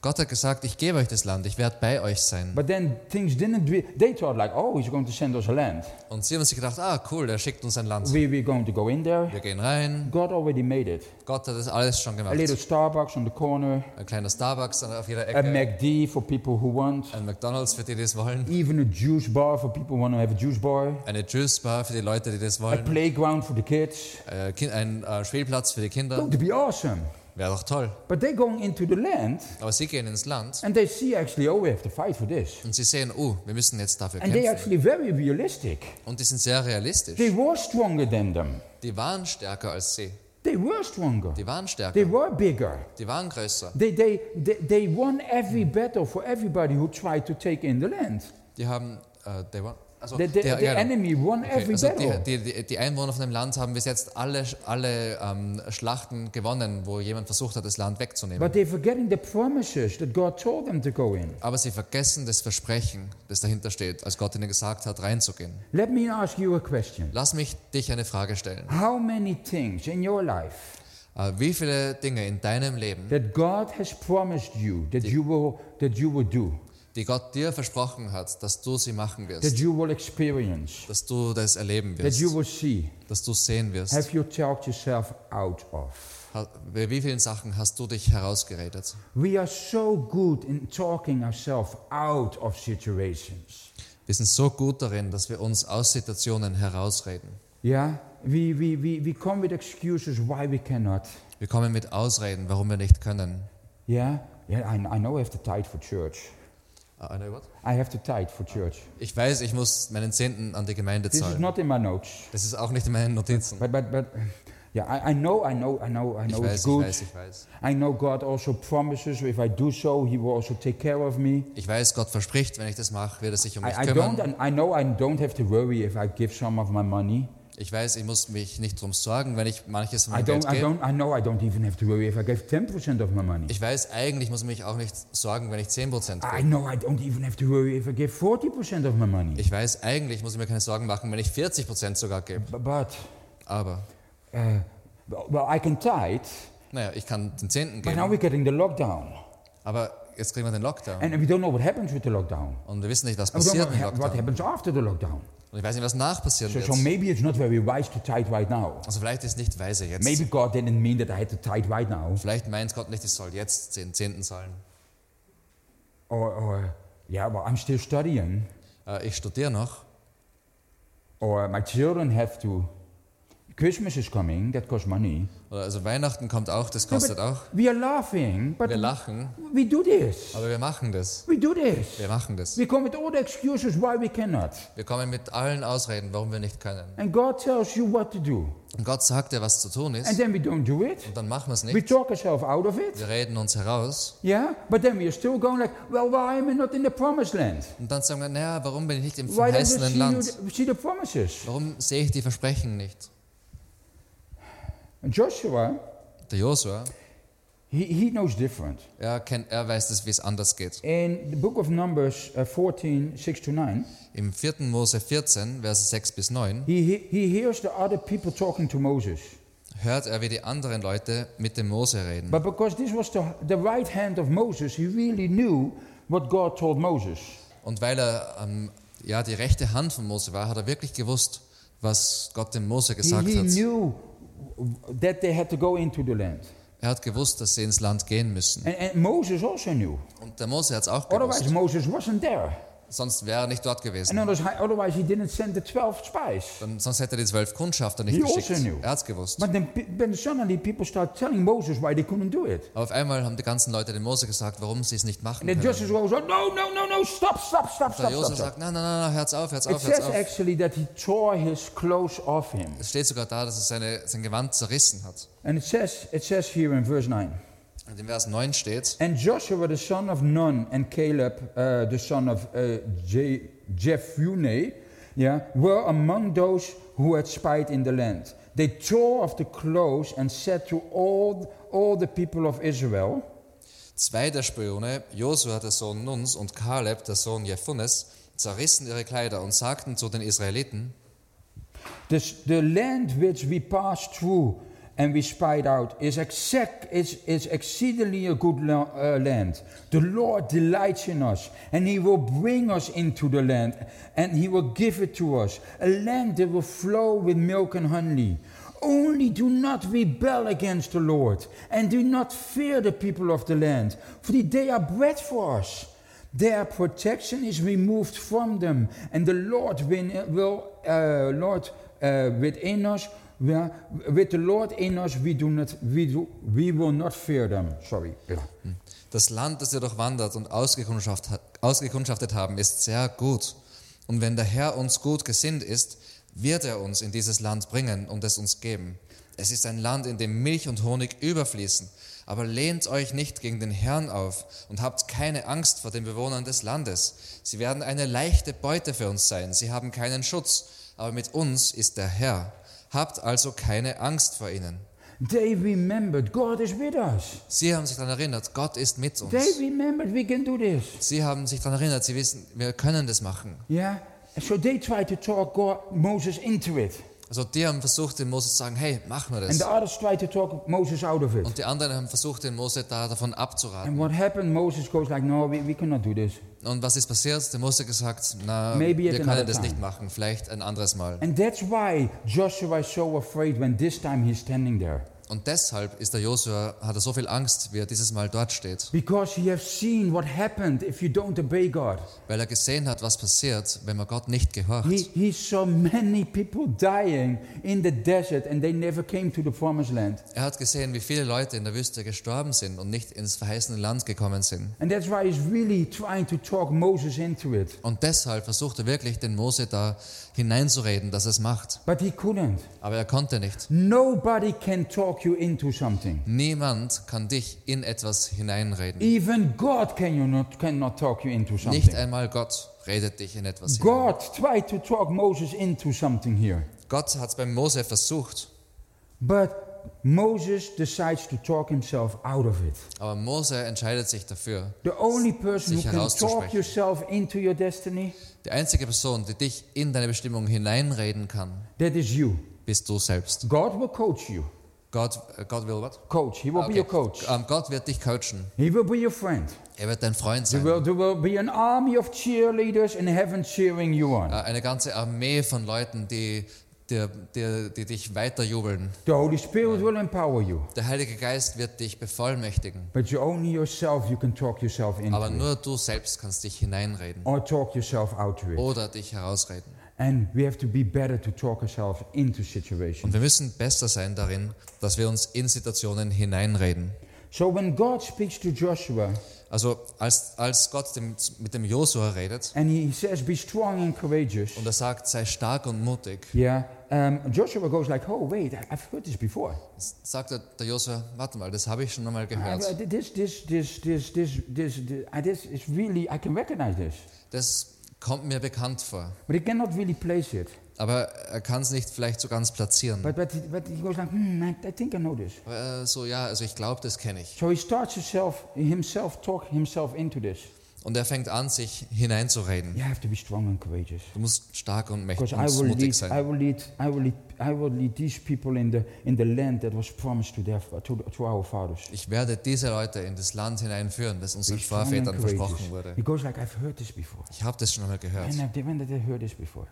C: Gott hat gesagt, ich gebe euch das Land, ich werde bei euch sein.
B: But then things didn't, re- they thought like, oh, he's going to send us a land.
C: Und sie haben sich gedacht, ah cool, er schickt uns ein Land.
B: We, we're going to go in there.
C: Wir gehen rein.
B: God already made it.
C: Gott hat das alles schon
B: A
C: gemacht.
B: little Starbucks on the corner,
C: Ein kleiner Starbucks an- auf jeder
B: a
C: Ecke.
B: MacD for people who want,
C: Ein McDonalds für die, die es wollen.
B: even a juice bar for people who want to have a juice bar,
C: Eine Juice Bar für die Leute, die das
B: a
C: wollen.
B: playground for the kids.
C: Äh, Kin- Ein äh, Spielplatz für die Kinder.
B: Going to be awesome.
C: Wäre doch toll.
B: But they're going into the land
C: Aber sie gehen ins Land
B: and they see actually, oh, we have to fight for this.
C: und sie sehen, oh, wir müssen jetzt dafür
B: And they're
C: kämpfen.
B: actually very realistic.
C: Und die sind sehr realistisch.
B: They were stronger than them.
C: Die waren stärker als sie.
B: They were stronger.
C: Die waren
B: They
C: stärker.
B: were bigger.
C: Die waren größer.
B: They, they, they, they won every battle for everybody who tried to take in the land.
C: Oh, Die haben, äh, they won, äh, Also,
B: The, the,
C: der,
B: the
C: ja, genau.
B: enemy won
C: Okay,
B: every
C: also
B: battle.
C: die, die, die, die Einwohner von dem Land haben bis jetzt alle, alle ähm, Schlachten gewonnen, wo jemand versucht hat, das Land wegzunehmen.
B: But they're forgetting the promises that God told them to go in.
C: Aber sie vergessen das Versprechen, das dahinter steht, als Gott ihnen gesagt hat, reinzugehen.
B: Let me ask you a question.
C: Lass mich dich eine Frage stellen.
B: How many things in your life
C: Äh, Wie viele Dinge in deinem Leben,
B: that God has promised you that you will that you will do,
C: die Gott dir versprochen hat, dass du sie machen
B: that
C: wirst,
B: you will experience,
C: dass du das erleben
B: that you
C: wirst,
B: will see,
C: dass du sehen wirst?
B: have you talked yourself out of?
C: Ha- Bei wie vielen Sachen hast du dich herausgeredet?
B: We are so good in talking ourselves out of situations.
C: Wir sind so gut darin, dass wir uns aus Situationen herausreden.
B: Yeah? We, we, we, we come with excuses why we cannot.
C: Wir kommen mit Ausreden, warum wir nicht können.
B: Yeah? Yeah, I, I know I have to tithe for church. I have to tithe for church.
C: Ah, Ich weiß, ich muss meinen Zehnten an die Gemeinde
B: This is
C: zahlen.
B: not in my notes.
C: Das ist auch nicht in meinen Notizen.
B: But, but, but, yeah, I, I know, I know, I know, I
C: Ich
B: know it's
C: weiß, ich
B: good.
C: weiß, ich weiß.
B: I know God also promises if I do so, He will also take care of me.
C: Ich weiß, Gott verspricht, wenn ich das mache, wird er sich um mich
B: I, I don't,
C: kümmern.
B: and I know I don't have to worry if I give some of my money.
C: Ich weiß, ich muss mich nicht drum sorgen, wenn ich manches von
B: I
C: meinem
B: don't,
C: Geld
B: I
C: gebe.
B: don't, I know I don't even have to worry if I give 10% of my money.
C: Ich weiß, eigentlich muss ich mich auch nicht sorgen, wenn ich 10%
B: I
C: gebe.
B: know I don't even have to worry if I give 40% of my money.
C: Ich weiß, eigentlich muss ich mir keine Sorgen machen, wenn ich 40% sogar gebe.
B: Bu- But,
C: Aber,
B: uh, well, I can tithe,
C: naja, ich kann den Zehnten
B: but now
C: geben.
B: we're getting the lockdown.
C: Aber jetzt kriegen wir den Lockdown.
B: And we don't know what happens with the lockdown.
C: Und wir wissen nicht, was
B: And we don't know
C: passiert im
B: ha- what
C: Lockdown.
B: happens after the lockdown.
C: Und ich weiß nicht, was nach passieren
B: So, so
C: wird.
B: maybe it's not very wise to tithe right now.
C: Also vielleicht ist nicht weise jetzt.
B: Maybe God didn't mean that I had to tithe right now.
C: Vielleicht meint Gott nicht, ich soll jetzt den Zehnten zahlen.
B: Or, or yeah, well, I'm still studying.
C: Äh, ich studiere noch.
B: Or uh, my children have to. Christmas is coming, that costs money.
C: Oder also Weihnachten kommt auch, das
B: No,
C: kostet
B: but
C: auch.
B: We are laughing, but
C: Wir lachen,
B: we do this.
C: aber wir machen das.
B: We do this.
C: Wir machen das.
B: We come with all the excuses why we cannot.
C: Wir kommen mit allen Ausreden, warum wir nicht können.
B: And God tells you what to do.
C: Und Gott sagt dir, was zu tun
B: And
C: ist.
B: then we don't do it.
C: Und dann machen Also wir es
B: We
C: nicht.
B: talk ourselves out of it.
C: Wir reden uns heraus.
B: Yeah? But then we are still going like, well, why am I not in the promised land?
C: Und dann sagen wir, naja, warum bin ich nicht im
B: Why don't you
C: verheißenen
B: see, you
C: Land?
B: the, see the promises?
C: Warum sehe ich die Versprechen nicht?
B: And Joshua,
C: Der Josua,
B: he, he knows different.
C: er, kennt, er weiß es, wie es anders geht.
B: In the book of Numbers uh, 14, 6 to 9,
C: Im 4. Mose 14, Verse 6 bis 9,
B: he, he, he hears the other people talking to Moses.
C: hört er, wie die anderen Leute mit dem Mose reden.
B: But because this was the, the right hand of Moses, he really knew what God told Moses.
C: Und weil er ähm, ja, die rechte Hand von Mose war, hat er wirklich gewusst, was Gott dem Mose
B: He,
C: gesagt
B: he
C: hat.
B: knew that they had to go into the land.
C: Er hat gewusst, dass sie ins Land gehen müssen.
B: And, and Moses also knew.
C: Und der Mose hat es auch
B: Otherwise,
C: gewusst.
B: Moses wasn't there.
C: Sonst wäre er nicht dort
B: And
C: gewesen.
B: others- otherwise, he didn't send the 12 spies.
C: Dann, sonst hätte er die zwölf Kundschafter nicht
B: He also
C: geschickt.
B: knew.
C: Er hat es gewusst.
B: But then, pe- then suddenly people start telling Moses why they couldn't do it.
C: Aber auf einmal haben die ganzen Leute dem Mose gesagt, warum sie es nicht machen
B: And then
C: können.
B: Joshua goes, on, "Oh, no, no, no, no, stop, stop, stop,
C: Der
B: stop, stop,
C: Josef
B: stop.
C: sagt, nein, nein, nein, nein, hört's auf, hört's
B: It
C: auf, hört's
B: says
C: auf.
B: actually that he tore his clothes off him.
C: Es steht sogar da, dass er seine, sein Gewand zerrissen hat.
B: And it says, it says here in verse 9
C: Und im Vers 9 steht,
B: And Joshua the son of Nun and Caleb uh, the son of uh, Je- Jephune yeah, were among those who had spied in the land. They tore off the clothes and said to all, all the people of Israel,
C: Zwei der Spione, Josua der Sohn Nuns und Kaleb der Sohn Jephunes, zerrissen ihre Kleider und sagten zu den Israeliten,
B: This, the land which we passed through and we spied out is, exact, is, is exceedingly a good lo- uh, land. The Lord delights in us, and He will bring us into the land, and He will give it to us a land that will flow with milk and honey. Only do not rebel against the Lord, and do not fear the people of the land, for they are bread for us. Their protection is removed from them, and the Lord win- will, uh, Lord, uh, within us, will- with the Lord in us, we do not, we do, we will not fear them. Sorry.
C: das Land, das ihr durchwandert und ausgekundschaft, ausgekundschaftet haben, ist sehr gut. Und wenn der Herr uns gut gesinnt ist, wird er uns in dieses Land bringen und es uns geben. Es ist ein Land, in dem Milch und Honig überfließen, Aber lehnt euch nicht gegen den Herrn auf und habt keine Angst vor den Bewohnern des Landes. Sie werden eine leichte Beute für uns sein. Sie haben keinen Schutz, aber mit uns ist der Herr. Habt also keine Angst vor ihnen.
B: They remembered God is with us.
C: Sie haben sich daran erinnert, Gott ist mit uns.
B: They remembered we can do this.
C: Sie haben sich daran erinnert, sie wissen, wir können das machen.
B: Yeah. So they tried to talk God, Moses into it,
C: Also die haben versucht, den Mose zu sagen, hey, mach nur
B: and
C: das.
B: the others tried to talk Moses out of it.
C: Und die anderen haben versucht, den Mose da davon abzuraten.
B: And what happened? Moses goes like, "No, we, we cannot do this."
C: Und was ist passiert? Der Mose gesagt, na,
B: Maybe at
C: wir
B: another
C: können das
B: time.
C: nicht machen, vielleicht ein anderes Mal.
B: And that's why Joshua is so afraid when this time he's standing there.
C: Und deshalb ist der Josua, hat er so viel Angst, wie er dieses Mal dort steht,
B: Because he has seen what happened if you don't obey God.
C: weil er gesehen hat, was passiert, wenn man Gott nicht gehorcht.
B: He, he saw many people dying in the desert and they never came to the promised land.
C: Er hat gesehen, wie viele Leute in der Wüste gestorben sind und nicht ins verheißene Land gekommen sind.
B: And that's why he's really trying to talk Moses into it.
C: Und deshalb versucht er wirklich, den Mose da hineinzureden, dass er es macht.
B: But he couldn't.
C: Aber er konnte nicht.
B: Nobody can talk you into something.
C: Niemand kann dich in etwas hineinreden.
B: Even God can you not, cannot talk you into
C: Nicht
B: something.
C: einmal Gott redet dich in etwas hinein.
B: God tried to talk Moses into something here.
C: Gott hat es beim Mose versucht,
B: But Moses decides to talk himself out of it.
C: aber Mose entscheidet sich dafür.
B: The only person who
C: Sich
B: can talk
C: herauszusprechen.
B: yourself into your destiny,
C: Die einzige Person, die dich in deine Bestimmung hineinreden kann,
B: that is you.
C: bist du selbst.
B: God will coach you.
C: Gott, äh, Gott will was?
B: Coach. He will be your coach.
C: Ähm, Gott wird dich coachen.
B: He will be your friend.
C: Er wird dein Freund
B: There
C: sein.
B: will, there will be an army of cheerleaders in heaven cheering you on.
C: Äh, Eine ganze Armee von Leuten, die, die, die, die dich weiterjubeln.
B: the Holy Spirit will empower you.
C: Der Heilige Geist wird dich bevollmächtigen.
B: But you only yourself you can talk yourself into
C: Aber
B: it.
C: nur du selbst kannst dich hineinreden
B: or talk yourself out of it.
C: oder dich herausreden.
B: And we have to be better to talk ourselves into
C: Und
B: situations.
C: wir müssen besser sein darin, dass wir uns in Situationen hineinreden.
B: So when God speaks to Joshua
C: Also als, als Gott dem, mit dem Josua redet
B: and he says, Be strong and courageous.
C: und er sagt, sei stark und mutig,
B: Yeah. Um, Joshua goes like, oh wait, I- I've heard this before.
C: sagt der- der Josua, warte mal, das habe ich schon einmal
B: I-
C: gehört.
B: I- Uh, this, this, this, this, this, this, this, I- this is really, I can recognize this,
C: Das kommt mir bekannt vor.
B: but he cannot really place it.
C: Aber er kann es nicht vielleicht so ganz platzieren.
B: But but he- but he goes like, hmm, I, I think I know this.
C: Aber, äh, so ja, also ich glaube, das kenne ich.
B: So he starts himself himself talk himself into this.
C: Und er fängt an, sich hineinzureden.
B: You have to be strong and courageous.
C: Du musst stark und
B: Because
C: mächtig und
B: I will
C: mutig
B: lead, I
C: sein.
B: will lead, I will lead, I will lead these people in the in the land that was promised to their to, to our fathers.
C: Ich werde diese Leute in das Land hineinführen, das
B: Be
C: unseren
B: strong and
C: Vorvätern versprochen
B: courageous.
C: wurde.
B: He goes like, I've heard this before.
C: Ich habe das schon einmal gehört.
B: And I've, when did I hear this before?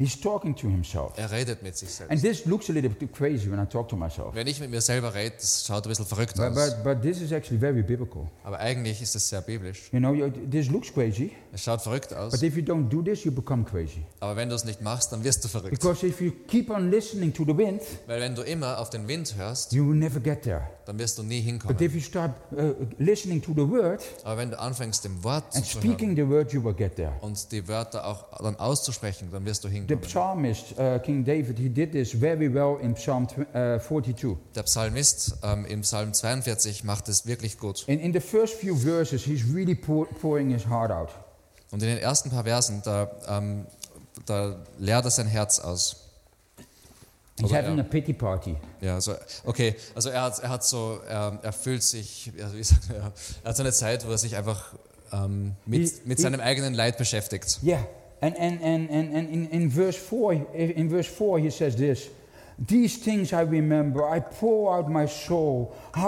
B: He's talking to himself.
C: Er redet mit sich
B: And
C: selbst.
B: this looks a little bit crazy when I talk to myself.
C: Wenn ich mit mir selber rede, das schaut ein bisschen verrückt
B: But,
C: aus.
B: but, but this is actually very biblical.
C: Aber eigentlich ist es sehr biblisch.
B: You know, you, this looks crazy,
C: Es schaut verrückt aus,
B: but if you don't do this, you become crazy.
C: aber wenn du es nicht machst, dann wirst du verrückt.
B: Because if you keep on listening to the wind,
C: Weil wenn du immer auf den Wind hörst,
B: you will never get there.
C: dann wirst du nie
B: But
C: hinkommen.
B: if you start uh, listening to the word
C: Aber wenn du anfängst, dem Wort
B: and
C: zu hören
B: speaking the word, you will get there.
C: und die Wörter auch dann auszusprechen, dann wirst du
B: The
C: hinkommen.
B: psalmist, uh, King David, he did this very well in Psalm tw- uh, 42.
C: Der Psalmist ähm, im Psalm 42 macht es wirklich gut.
B: In, in the first few verses, he's really pour, pouring his heart out.
C: Und in den ersten paar Versen, da, ähm, da leert er sein Herz aus.
B: He's
C: Also
B: having
C: er-
B: a pity party.
C: Ja, also, okay, also er hat, er hat so, er, er fühlt sich, ja, wie sagt er, er hat so eine Zeit, wo er sich einfach ähm,
B: Ich-
C: mit, mit
B: ich-
C: seinem eigenen Leid beschäftigt.
B: Yeah, and and and and, and in, in verse four, in verse four, he says this: "These things I remember. I pour out my soul. How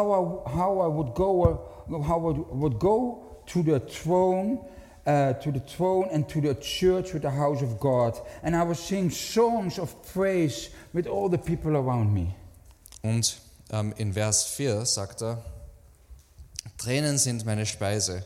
B: I how I would go uh, how I would go to the throne." Uh, to the throne and to the church with the house of God. And I will sing songs of praise with all the people around me.
C: Und ähm, in Vers 4 sagt er, Tränen sind meine Speise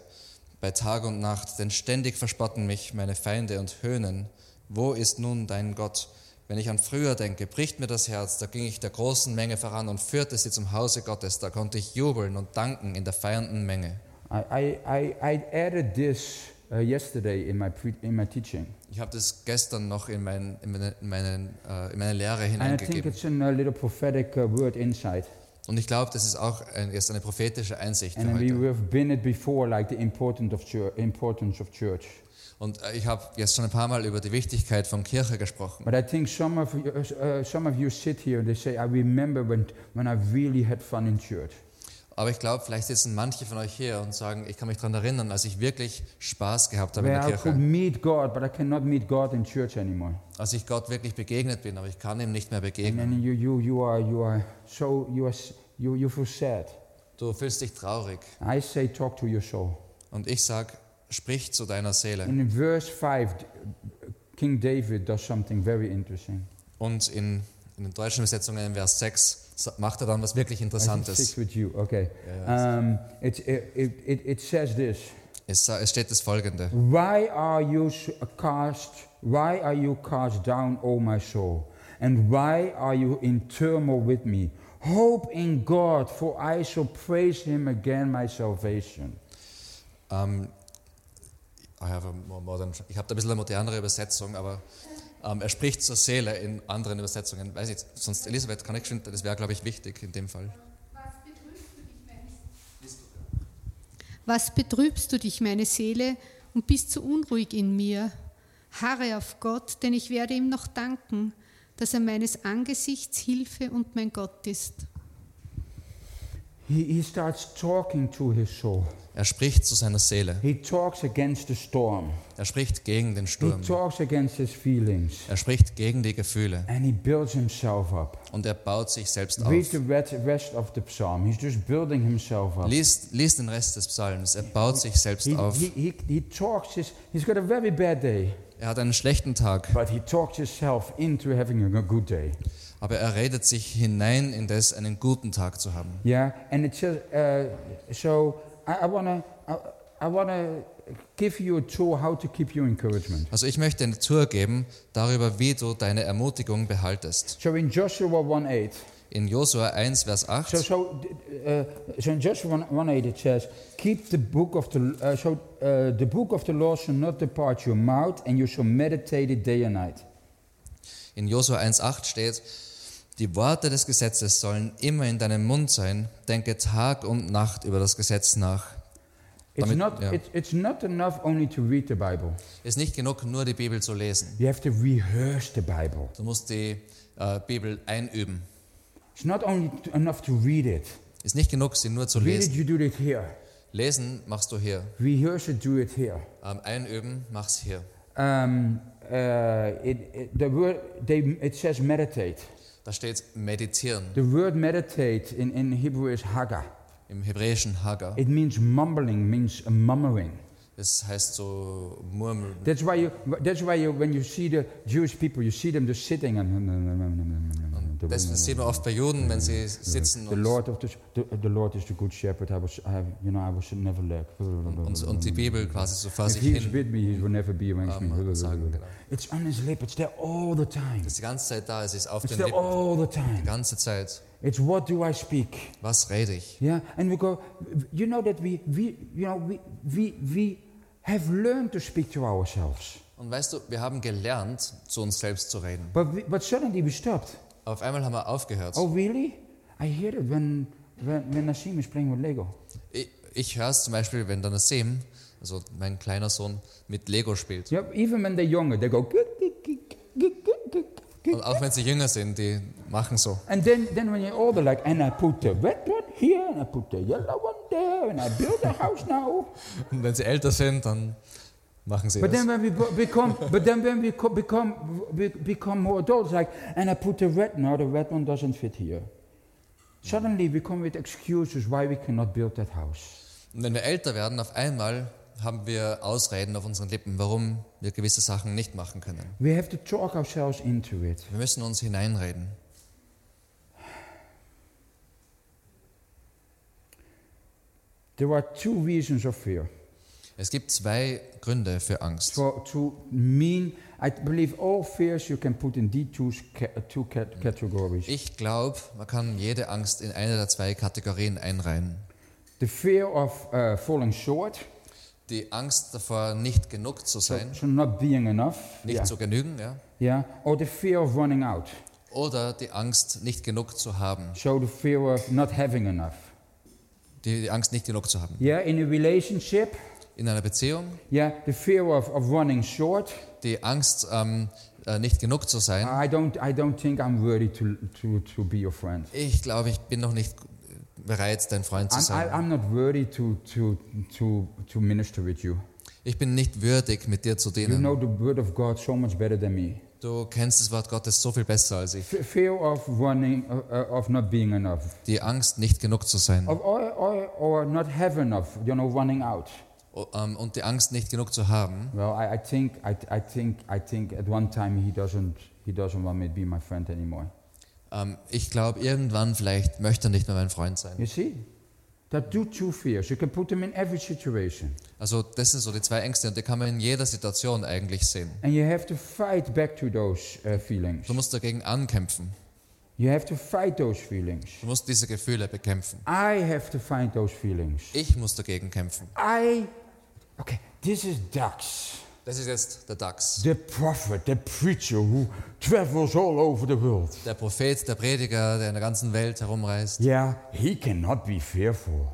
C: bei Tag und Nacht, denn ständig verspotten mich meine Feinde und höhnen. Wo ist nun dein Gott? Wenn ich an früher denke, bricht mir das Herz, da ging ich der großen Menge voran und führte sie zum Hause Gottes, da konnte ich jubeln und danken in der feiernden Menge.
B: I, I, I, I added this uh, yesterday in my, pre- in my teaching.
C: Ich habe das gestern noch in, mein, in, meine, in, meinen, äh, in meine Lehre
B: And I think
C: hineingegeben.
B: it's a little prophetic uh, word inside.
C: Und ich glaube, das ist auch ein, ist eine prophetische Einsicht für
B: And we
C: heute.
B: have been it before, like the importance of church. Importance of church.
C: Und äh, ich habe jetzt schon ein paar Mal über die Wichtigkeit von Kirche gesprochen.
B: But I think some of you, uh, some of you sit here and they say, "I remember when when I really had fun in church."
C: Aber ich glaube, vielleicht sitzen manche von euch hier und sagen, ich kann mich daran erinnern, als ich wirklich Spaß gehabt habe in
B: Where
C: der
B: I could
C: Kirche.
B: meet God, but I cannot meet God in church anymore.
C: Als ich Gott wirklich begegnet bin, aber ich kann ihm nicht mehr
B: And
C: begegnen.
B: then you you you are you are so you are s- you you feel sad.
C: Du fühlst dich traurig.
B: I say, talk to your soul.
C: Und ich sage, sprich zu deiner Seele.
B: And in verse five, d- King David does something very interesting.
C: Und in, in den deutschen Übersetzungen in Vers 6 sa- macht er dann was wirklich
B: I think six
C: Interessantes.
B: with you. Okay.
C: Ja, ja.
B: Um, it, it, it- it, it says this.
C: Es, sa- es steht das folgende.
B: Why are you s- uh, cast? Why are you cast down, O my soul? And why are you in turmoil with me? Hope in God, for I shall praise Him again, my salvation.
C: Ähm, ah I have a more modern, ich habe da ein bisschen eine modernere Übersetzung, aber ähm, er spricht zur Seele in anderen Übersetzungen. Weiß nicht, sonst Elisabeth kann ich schon, das wäre, glaube ich, wichtig in dem Fall.
E: Was betrübst du dich, meine Seele, und bist so unruhig in mir? Harre auf Gott, denn ich werde ihm noch danken, dass er meines Angesichts Hilfe und mein Gott ist.
B: He, he starts talking to his soul.
C: Er spricht zu seiner Seele.
B: He talks against the storm.
C: Er spricht gegen den
B: He
C: Sturm.
B: talks against his feelings.
C: Er spricht gegen die Gefühle.
B: And he builds himself up.
C: Und er baut sich selbst auf.
B: Read the ret- rest of the psalm. He's just building himself up.
C: Lies, lies den Rest des Psalms. Er baut sich selbst
B: He,
C: auf.
B: he, he, he talks his, he's got a very bad day,
C: Er hat einen schlechten Tag,
B: but he talks himself into having a good day.
C: aber er redet sich hinein in das, einen guten Tag zu haben.
B: Yeah, and it says, uh, so I, I want to I, I wanna give you a tool how to keep your encouragement.
C: Also ich möchte eine Tour geben darüber, wie du deine Ermutigung behaltest.
B: So in Joshua 1 8,
C: In Josua 1, Vers
B: So,
C: 8,
B: so, uh, so in Joshua 1, 1 8 it says, Keep the book of the, uh, so, uh, the book of the law shall not depart your mouth, and you shall meditate it day and night.
C: in Josua 1, 8 steht, die Worte des Gesetzes sollen immer in deinem Mund sein, denke Tag und Nacht über das Gesetz nach.
B: It's,
C: Damit-
B: not,
C: ja.
B: it's, it's not enough only to read the Bible.
C: Ist nicht genug, nur die Bibel zu lesen.
B: You have to rehearse the Bible.
C: Du musst die äh, Bibel einüben.
B: It's not only t- enough to read it.
C: Ist nicht genug, sie nur zu
B: Read it,
C: lesen.
B: you do it here.
C: Lesen machst du hier.
B: Rehearse it, do it here.
C: Ähm, einüben mach's hier.
B: Um, uh, it, it, the word, they, it says meditate.
C: Da steht meditieren.
B: The word meditate in, in Hebrew is haga.
C: Im hebräischen Hagar.
B: It means mumbling, means a murmuring.
C: Das heißt so murmeln.
B: That's why you. That's why you. When you see the Jewish people, you see them just sitting and.
C: Das sieht man oft bei Juden, wenn sie sitzen
B: The
C: und,
B: Lord of the, the, the Lord is the good shepherd. I was, I have, you know, I was never lack.
C: und, und die Bibel quasi so vor
B: If
C: sich
B: he is
C: hin
B: with me, he will never be against
C: ähm, und sagen.
B: me.
C: Genau.
B: It's on his lip. It's there all the time.
C: Das ist die ganze Zeit da, es ist auf
B: It's
C: den
B: there
C: Lippen.
B: all the
C: Die
B: time.
C: ganze Zeit.
B: It's what do I speak?
C: Was rede ich?
B: Yeah, and we go. You know that we, we, you know, we, we, we have learned to speak to ourselves,
C: Und weißt du, wir haben gelernt, zu uns selbst zu reden.
B: but we, but suddenly we stopped.
C: Auf einmal haben wir aufgehört.
B: Oh, really? I hear it when, when, when Nassim is playing with Lego.
C: Ich, ich höre es zum Beispiel, wenn der Nassim, also mein kleiner Sohn, mit Lego spielt.
B: Yep, even when they're younger, they go. "Kik, kik, kik, kik, kik, kik, kik."
C: Und auch wenn sie jünger sind, die machen so.
B: And then, then when you're older, like, and I put the red one here, and I put the yellow one there, and I build a house now.
C: Und wenn sie älter sind, dann machen sie
B: But
C: das.
B: then when we bo- become, but then when we co- become, we become more adults, like, and I put the red. No, the red one doesn't fit here. Suddenly, we come with excuses why we cannot build that house.
C: Und wenn wir älter werden, auf einmal haben wir Ausreden auf unseren Lippen, warum wir gewisse Sachen nicht machen können.
B: We have to talk ourselves into it.
C: Wir müssen uns hineinreden.
B: There are two reasons of fear.
C: Es gibt zwei Gründe für Angst.
B: for, to mean, I believe all fears you can put in these two, s- ca- two cat categories.
C: Ich glaube, man kann jede Angst in eine der zwei Kategorien einreihen.
B: the fear of uh, falling short,
C: Die Angst davor, nicht genug zu
B: so,
C: sein,
B: so not being enough,
C: nicht
B: yeah.
C: zu genügen, ja?
B: yeah, or the fear of running out.
C: oder die Angst, nicht genug zu haben.
B: So the fear of not having enough.
C: Die, die Angst, nicht genug zu haben.
B: Yeah, in a relationship,
C: In einer Beziehung,
B: yeah, the fear of, of running short.
C: die Angst, ähm, äh, nicht genug zu sein.
B: I don't, I don't think I'm worthy to, to, to be your friend.
C: Ich glaube, ich bin noch nicht bereit, dein Freund zu
B: I'm, I,
C: sein.
B: I'm not worthy to, to, to, to minister with you.
C: Ich bin nicht würdig, mit dir zu
B: You know
C: dienen.
B: the word of God so much better than me.
C: Du kennst das Wort Gottes so viel besser als ich.
B: F- fear of running, uh, uh, of not being enough,
C: Die Angst, nicht genug zu sein.
B: of or, or, or not have enough, you know, running out.
C: O- ähm, Und die Angst, nicht genug zu haben.
B: Well, I, I think, I, I think, I think at one time he doesn't, he doesn't want me to be my friend anymore.
C: Ähm, Ich glaube, irgendwann vielleicht möchte er nicht mehr mein Freund sein.
B: You see, there are two, two fears. You can put them in every situation,
C: Also das sind so die zwei Ängste und die kann man in jeder Situation eigentlich sehen.
B: and you have to fight back to those uh, feelings.
C: Du musst dagegen ankämpfen.
B: You have to fight those feelings.
C: Du musst diese Gefühle bekämpfen.
B: I have to find those feelings.
C: Ich muss dagegen kämpfen.
B: I, okay, this is Dax,
C: Das ist jetzt der Dachs.
B: the prophet, the preacher who travels all over the world.
C: Der Prophet, der Prediger, der in der ganzen Welt herumreist.
B: Yeah, he cannot be fearful.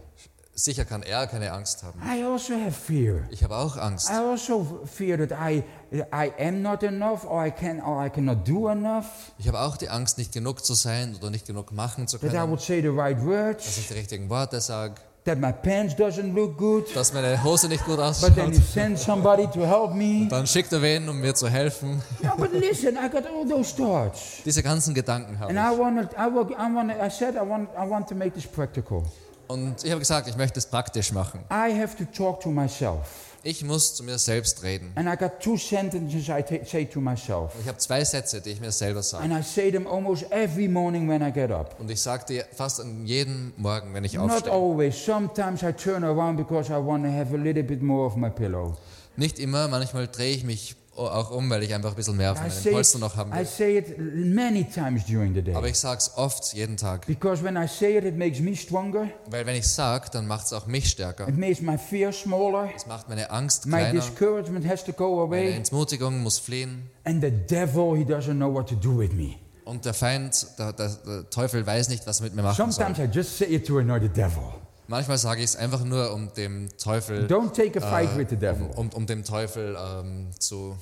C: Sicher kann er keine Angst haben.
B: I also have fear.
C: Ich habe auch Angst.
B: I also fear that I, I am not enough, or I can, or I cannot do enough.
C: Ich habe auch die Angst, nicht genug zu sein oder nicht genug machen zu
B: That I
C: können.
B: would say the right
C: Dass ich
B: words.
C: die richtigen Worte sage.
B: That my pants doesn't look good.
C: Dass meine Hose nicht gut
B: But then
C: ausschaut.
B: you send somebody to help me.
C: Dann schickt er wen, um mir zu helfen.
B: No, but listen, I got all those thoughts.
C: Diese ganzen Gedanken
B: And I
C: habe ich.
B: want to, I will, I want to, I said I want, I want to make this practical.
C: Und ich habe gesagt, ich möchte es praktisch machen.
B: I have to talk to myself.
C: Ich muss zu mir selbst reden.
B: And I got two sentences I ta- say to myself.
C: Ich habe zwei Sätze, die ich mir selber sage.
B: And I say them almost every morning when I get up.
C: Und ich sage die fast an jedem Morgen, wenn ich
B: Not
C: aufstehe.
B: always. Sometimes I turn around because I want to have a little bit more of my pillow.
C: Nicht immer, manchmal drehe ich mich o- auch um, weil ich einfach ein bisschen mehr von
B: I
C: meinen
B: say,
C: Polster
B: it,
C: noch haben
B: I
C: will.
B: say it many times during the
C: Aber
B: day.
C: ich sage es oft, jeden Tag.
B: Because when I say it, it makes me stronger.
C: Weil wenn ich sage, dann macht es auch mich stärker.
B: It makes my fear smaller.
C: Es macht meine Angst
B: My
C: kleiner.
B: discouragement has to go
C: Meine
B: away.
C: Entmutigung muss fliehen.
B: And the devil, he doesn't know what to do with me.
C: Und der Feind, der, der, der Teufel weiß nicht, was er mit mir machen soll.
B: Sometimes I just say it to annoy the devil.
C: Manchmal sage ich es einfach nur, um dem Teufel,
B: Don't take a fight
C: äh,
B: with the
C: um,
B: devil.
C: um, um dem Teufel ähm, zu,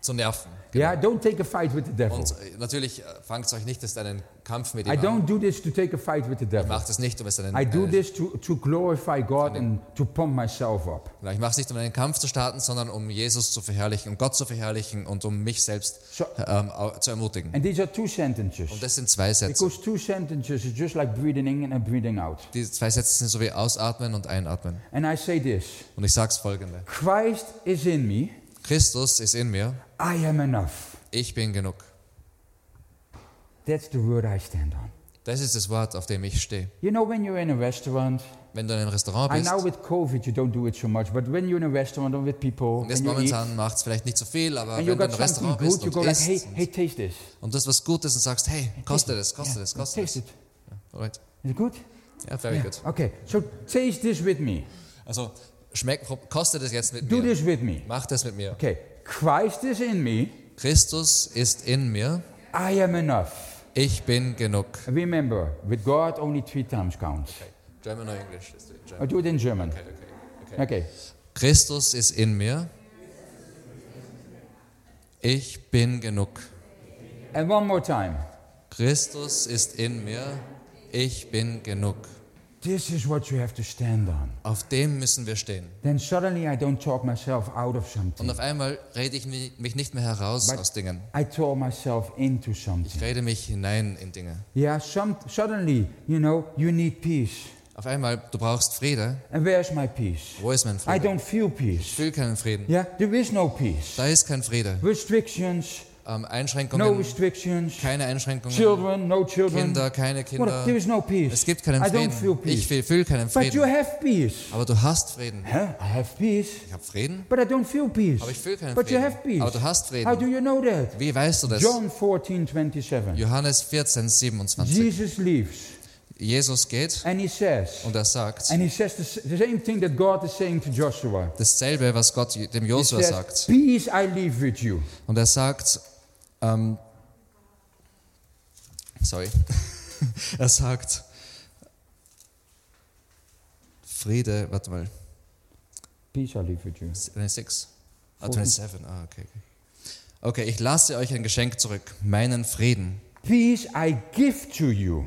C: zu nerven.
B: Yeah, don't take a fight with the devil.
C: Und äh, natürlich äh, fangt euch nicht erst einen Kampf mit
B: I
C: ihm an.
B: don't do this to take a fight with the devil.
C: Macht es nicht, um es einen,
B: I do
C: einen
B: this to, to glorify God and to pump myself up.
C: Genau, Ich mache es nicht, um einen Kampf zu starten, sondern um Jesus zu verherrlichen, um Gott zu verherrlichen und um mich selbst
B: So-
C: ähm, au- zu ermutigen.
B: And these are two sentences.
C: Und das sind zwei Sätze.
B: Because two sentences is just like breathing in and breathing out.
C: Die zwei Sätze sind so wie Ausatmen und Einatmen.
B: And I say this
C: Und ich sage es folgende.
B: Christ is in me,
C: Christus ist in mir,
B: I am enough.
C: ich bin genug.
B: That's the word I stand on.
C: Das ist das Wort, auf dem ich stehe.
B: You know, when you're in a restaurant,
C: Wenn du in einem Restaurant
B: I
C: bist,
B: know with COVID you don't do it so much, but when you're in a restaurant or with people,
C: und jetzt
B: and you eat,
C: momentan macht es vielleicht nicht so viel, aber wenn
B: and you
C: du uh, in
B: got
C: einem
B: something
C: Restaurant bist
B: good, you
C: und
B: go like, hey,
C: isst
B: hey, taste this.
C: und das was Gutes und sagst, hey, koste das, koste das, koste
B: Taste
C: das.
B: it.
C: Alright.
B: Is it good?
C: Ja, very good.
B: Okay, so taste this with me.
C: Also, schmeck, koste das jetzt mit
B: Do
C: mir.
B: this with me.
C: Mach das mit mir.
B: Okay, Christ is in me.
C: Christus ist in mir.
B: I am enough.
C: Ich bin genug.
B: Remember, with God only three times counts.
C: German or English? Let's do it in
B: I
C: German.
B: do it in
C: Okay,
B: German.
C: okay, okay.
B: Okay,
C: Christus ist in mir. Ich bin genug.
B: and one more time.
C: Christus ist in mir. Ich bin genug.
B: This is what you have to stand on.
C: Auf dem müssen wir stehen.
B: Then suddenly I don't talk myself out of
C: Und
B: something.
C: auf einmal rede ich mi- mich nicht mehr heraus
B: But-
C: aus Dingen.
B: I talk myself into something.
C: Ich rede mich hinein in Dinge.
B: Yeah, some, suddenly, you know, you need peace.
C: Auf einmal, du brauchst Friede.
B: And where's my peace?
C: Wo ist mein
B: I
C: Friede?
B: don't feel
C: Ich
B: peace.
C: fühle keinen Frieden.
B: Yeah, there is no peace.
C: Da ist kein Friede.
B: Restrictions,
C: Ähm,
B: no
C: Einschränkungen,
B: restrictions.
C: keine Einschränkungen.
B: Children, no children.
C: Kinder, keine
B: What,
C: Kinder.
B: there is no peace.
C: Es gibt keinen
B: I don't feel
C: Frieden. Ich
B: peace.
C: fühle fühl keinen
B: But you
C: Frieden.
B: have peace.
C: Aber du hast Frieden.
B: Huh? I have peace,
C: Ich habe Frieden,
B: but I don't feel peace.
C: aber ich fühle keinen
B: But you have
C: Frieden. Aber
B: peace.
C: du hast
B: How do
C: Frieden.
B: you know that?
C: Wie weißt du das?
B: John 14, 27.
C: Johannes 14, 27.
B: Jesus leaves
C: Jesus geht
B: and he says,
C: und er sagt
B: and he says the, s- the same thing that God is saying to Joshua.
C: dasselbe, was Gott dem
B: He
C: Josua
B: says,
C: sagt.
B: peace I leave with you.
C: Und er sagt, ähm, sorry, er sagt, Friede, warte mal,
B: Peace I leave with you.
C: 26? Ah, 27, ah, okay. okay. Okay, ich lasse euch ein Geschenk zurück, meinen Frieden.
B: Peace I give to you.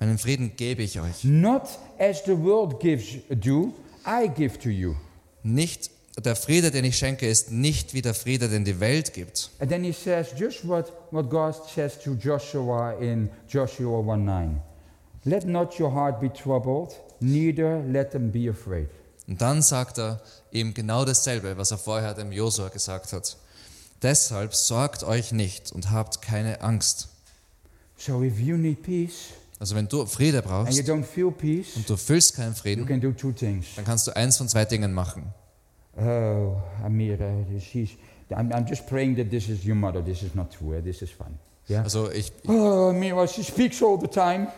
C: Meinen Frieden gebe ich euch.
B: Not as the world gives do, I give to you.
C: Nicht, der Friede, den ich schenke, ist nicht wie der Friede, den die Welt gibt.
B: And then he says just what, what God says to Joshua in Joshua 1 9. Let not your heart be troubled, neither let them be afraid.
C: Und dann sagt er ihm genau dasselbe, was er vorher dem Josua gesagt hat. Deshalb sorgt euch nicht und habt keine Angst.
B: So if you need peace
C: Also wenn du Friede
B: and you
C: brauchst
B: don't feel peace,
C: und du fühlst keinen
B: you
C: Frieden,
B: can do two things.
C: dann kannst du eins von zwei Dingen machen.
B: Oh, Amira, she's. I'm, I'm just praying that this is your mother. This is not true. eh? This is fun. Yeah.
C: Also ich,
B: Oh, Amira, she speaks all the time.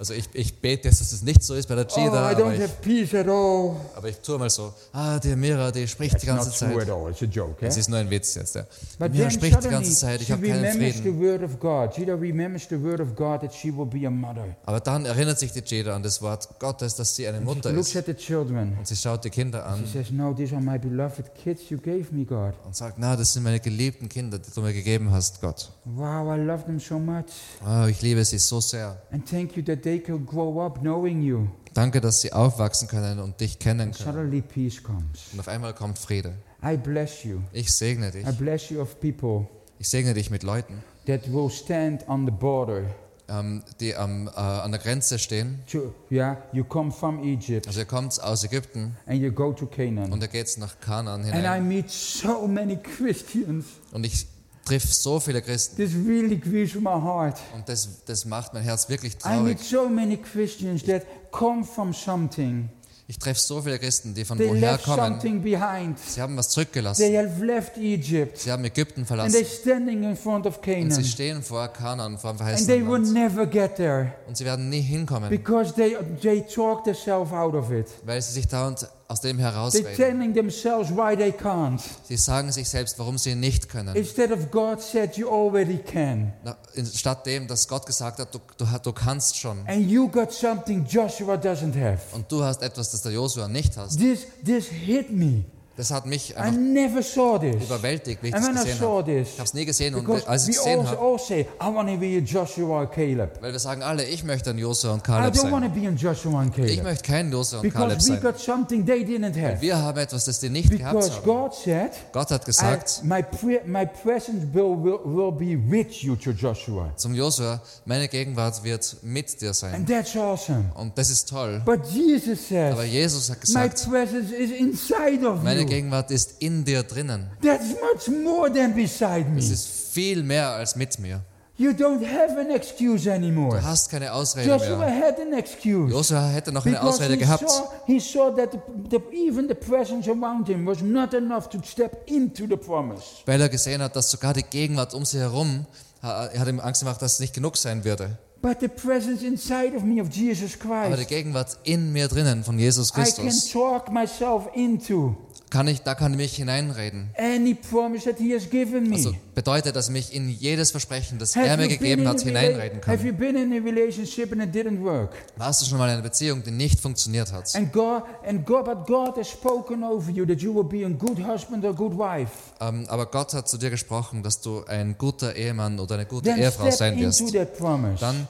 C: also ich, ich bete jetzt, dass es nicht so ist bei der
B: Oh,
C: Gida,
B: I
C: aber
B: don't
C: ich,
B: have peace at all.
C: aber ich tue mal so, ah, die Mira, die spricht die
B: It's
C: ganze
B: not true at
C: Zeit.
B: all. It's a joke. eh?
C: Es ist nur ein Witz jetzt, ja. Die
B: But
C: Mira
B: then
C: spricht die
B: suddenly
C: ganze Zeit, ich
B: she
C: habe keinen
B: remembers the
C: Frieden.
B: word of God. She remembers the word of God that she will be a mother.
C: Aber dann erinnert sich die Jada an das Wort Gottes, dass sie eine Mutter
B: She looks
C: ist.
B: at the children.
C: Und sie schaut die Kinder
B: She
C: an
B: says, "No, these are my beloved kids. You gave me God.
C: und sagt, na, das sind meine geliebten Kinder, die du mir gegeben hast, Gott.
B: Wow, I love them so much.
C: Oh, ich liebe sie so sehr.
B: And thank you that they could grow up knowing you."
C: Danke, dass sie aufwachsen können und dich kennen
B: And
C: können.
B: suddenly peace comes.
C: Und auf einmal kommt Friede.
B: I bless you.
C: Ich segne dich.
B: I bless you of people
C: Ich segne dich mit Leuten,
B: that will stand on the border.
C: ähm, die am, äh, an der Grenze stehen.
B: To, yeah, you come from Egypt
C: Also ihr kommt aus Ägypten
B: and you go to Canaan.
C: und ihr geht nach Kanaan
B: And I
C: hinein.
B: meet so many Christians.
C: Und ich triff so viele Christen.
B: This really grieves my heart.
C: Und das, das macht mein Herz wirklich
B: I
C: traurig.
B: meet so many Christians that come from something.
C: Ich treffe so viele Christen, die von
B: They
C: woher
B: left
C: kommen.
B: something behind.
C: Sie haben was
B: They
C: zurückgelassen.
B: have left Egypt
C: Sie haben Ägypten
B: and
C: verlassen.
B: they're standing in front of
C: Und sie
B: Canaan.
C: stehen vor Kanan, vor dem
B: And they
C: verheißenen
B: will
C: Land.
B: never get there
C: Und sie werden nie hinkommen,
B: because they, they talk themselves out of it.
C: weil sie sich dauernd aus dem
B: They're
C: herausreden.
B: telling themselves why they can't.
C: Sie sagen sich selbst, warum sie nicht können.
B: Instead of God said you already can.
C: Na, in- Statt dem, dass Gott gesagt hat, du, du, du kannst schon.
B: And you got something Joshua doesn't have.
C: Und du hast etwas, das der Josua nicht hast.
B: This this hit me.
C: Das hat mich
B: I
C: einfach
B: never saw this.
C: überwältigt, wie ich
B: And
C: das
B: when I
C: gesehen
B: saw
C: habe.
B: this,
C: Ich habe es nie gesehen und
B: because
C: als ich
B: we
C: es gesehen
B: all,
C: habe,
B: all say, I want to be a Joshua or Caleb.
C: weil wir sagen alle, ich möchte ein Josua und
B: I
C: Kaleb
B: don't want to
C: sein.
B: be a Joshua and
C: Ich
B: Caleb.
C: möchte kein Josua und Kaleb
B: Because we
C: sein.
B: got something they didn't have.
C: Wir haben etwas, das die nicht gehabt
B: Because
C: haben.
B: God said,
C: Gott hat
B: I-
C: gesagt
B: my, pre- my presence will, will, will be with you to Joshua.
C: zum Josua, meine Gegenwart wird mit dir sein.
B: And that's awesome.
C: Und das ist toll.
B: But Jesus
C: Aber
B: says,
C: Jesus hat
B: my
C: gesagt,
B: presence is inside of
C: meine
B: you.
C: Gegenwart ist in dir drinnen.
B: That's much more than beside me.
C: Es ist viel mehr als mit mir.
B: You don't have an excuse anymore.
C: Du hast keine Ausrede
B: Joshua
C: mehr.
B: had an excuse.
C: Josua hätte noch eine
B: Because
C: Ausrede
B: he
C: gehabt,
B: saw, he saw that the, the, even the presence around him was not enough to step into the promise.
C: weil er gesehen hat, dass sogar die Gegenwart um sie herum, er hat ihm Angst gemacht, dass es nicht genug sein würde.
B: But the presence inside of me of Jesus
C: Aber die
B: Christ,
C: Gegenwart in mir drinnen von Jesus
B: I can
C: Christus,
B: talk myself into
C: kann ich, da kann ich mich hineinreden.
B: any promise that he has given me.
C: Also bedeutet, dass ich mich in jedes Versprechen, das er
B: have,
C: mir
B: you been
C: gegeben
B: in a
C: hat, hineinreden
B: rela- have
C: kann.
B: you been in a relationship and it didn't work?
C: Warst du schon mal in einer Beziehung, die nicht funktioniert hat?
B: And God, and God, but God has spoken over you that you will be a good husband or good wife.
C: Ähm, aber Gott hat zu dir gesprochen, dass du ein guter Ehemann oder eine gute
B: Then
C: Ehefrau
B: step
C: sein wirst.
B: into that promise.
C: Dann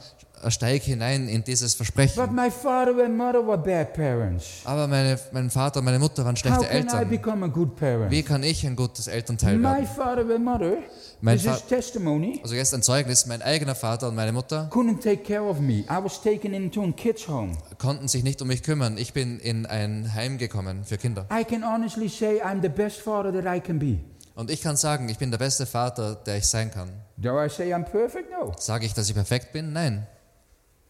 C: steig hinein in dieses
B: But
C: Versprechen.
B: my father and mother were bad parents.
C: Aber meine, mein Vater und meine Mutter waren
B: How
C: schlechte
B: can I
C: Eltern.
B: become a good
C: Wie
B: parent?
C: kann ich ein gutes Elternteil
B: My
C: werden?
B: father and mother,
C: Mijn
B: this is
C: va-
B: testimony,
C: Also jetzt ein Zeugnis, mein eigener Vater und meine Mutter
B: couldn't take care of me. I was taken into a kid's home.
C: konnten sich nicht um mich kümmern. Ich bin in ein Heim gekommen für Kinder.
B: I can honestly say I'm the best father that I can be.
C: Und ich kann sagen, ich bin der beste Vater, der ich sein kann.
B: Do I say I'm perfect? No.
C: Sage ich, dass ich perfekt bin? Nein.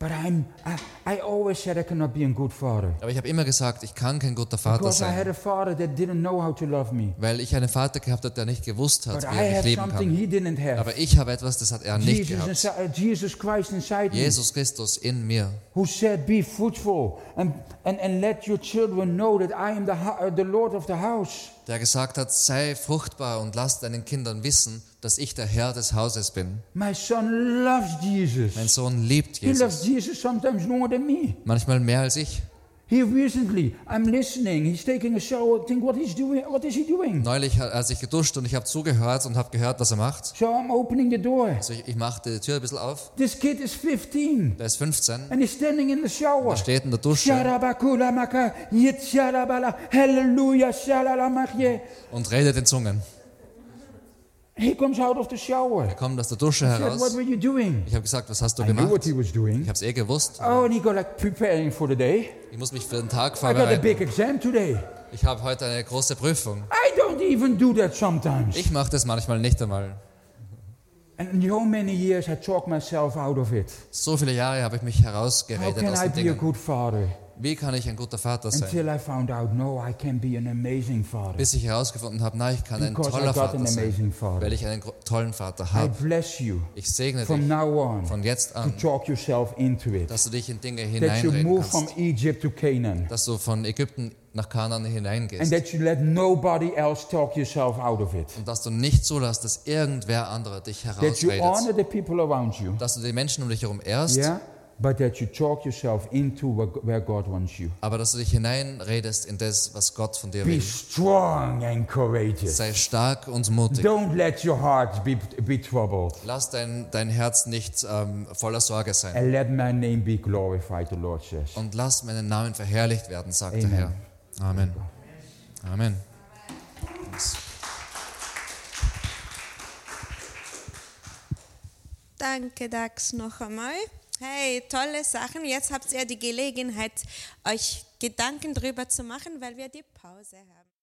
B: But I'm, I, I always said I cannot be a good father.
C: Aber ich habe immer gesagt, ich kann kein guter Vater
B: Because I had
C: sein,
B: a father that didn't know how to love me.
C: weil ich einen Vater gehabt habe, der nicht gewusst hat,
B: But
C: wie
B: I
C: er mich
B: have
C: lieben
B: something
C: kann.
B: he didn't have.
C: Aber ich habe etwas, das hat er nicht
B: Jesus,
C: gehabt.
B: insi- uh, Jesus Christ inside me.
C: Jesus Christus in mir.
B: who said, Be fruitful and, and, and let your children know that I am the, hu- uh, the Lord of the house.
C: der gesagt hat, sei fruchtbar und lass deinen Kindern wissen, dass ich der Herr des Hauses bin.
B: My son loves Jesus.
C: Mein Sohn liebt
B: He
C: Jesus.
B: loves Jesus sometimes more than me.
C: Manchmal mehr als ich.
B: He recently, I'm listening. He's taking a shower. Think what he's doing. What is he doing?
C: Neulich hat er sich geduscht und ich habe zugehört und habe gehört, was er macht.
B: So I'm opening the door.
C: Also ich, ich machte die Tür ein bisschen auf.
B: This kid is 15
C: Der ist 15.
B: and he's standing in the shower.
C: Er steht in der Dusche
B: Sharabakulamaka, yitsharabala, Hallelujah, shalalamachye.
C: und redet in Zungen.
B: He comes out of the shower.
C: Er kommt aus der Dusche
B: Said, what
C: heraus.
B: were you doing?
C: Ich habe gesagt, was hast du
B: I knew
C: gemacht?
B: what he was
C: Ich
B: doing.
C: habe es eh gewusst.
B: Oh, and he got like preparing for the day.
C: Ich muss mich für den Tag
B: I got a
C: vorbereiten.
B: big exam today.
C: Ich habe heute eine große Prüfung.
B: I don't even do that sometimes.
C: Ich mache das manchmal nicht einmal.
B: And so many years I talked myself out of it.
C: So viele Jahre habe ich mich
B: How
C: herausgeredet
B: can
C: aus
B: I
C: den
B: be a
C: Dingen.
B: good father?
C: Wie kann ich ein guter Vater sein?
B: Until I found out, no, I can be an amazing father.
C: Bis ich herausgefunden habe, nein, ich kann ein
B: Because I
C: toller
B: got an
C: Vater sein,
B: amazing father.
C: weil ich einen gro- tollen Vater
B: I
C: habe.
B: bless you
C: Ich segne
B: from
C: dich
B: now on
C: von jetzt
B: to
C: an,
B: talk yourself into it.
C: dass du dich in Dinge
B: That you
C: hineinreden
B: move from
C: kannst.
B: Egypt to Canaan.
C: Dass du von Ägypten nach Kanaan
B: And
C: hineingehst.
B: that you let nobody else talk yourself out of it.
C: Und dass du nicht zulässt, dass irgendwer anderer dich
B: That you honor
C: herausredet.
B: the people around you.
C: Dass du die Menschen um dich herum ehrst,
B: Yeah? But that you talk yourself into where- where God wants you.
C: aber dass du dich hineinredest in das, was Gott von dir
B: Be
C: will.
B: strong and courageous.
C: Sei stark und mutig.
B: Don't let your heart be, be troubled.
C: Lass dein, dein Herz nicht ähm, voller Sorge sein.
B: And let my name be glorified, the Lord says.
C: Und lass meinen Namen verherrlicht werden, sagt
B: Amen.
C: der Herr. Amen. Amen.
F: Danke, Dax, noch einmal. Hey, tolle Sachen. Jetzt habt ihr die Gelegenheit, euch Gedanken drüber zu machen, weil wir die Pause haben.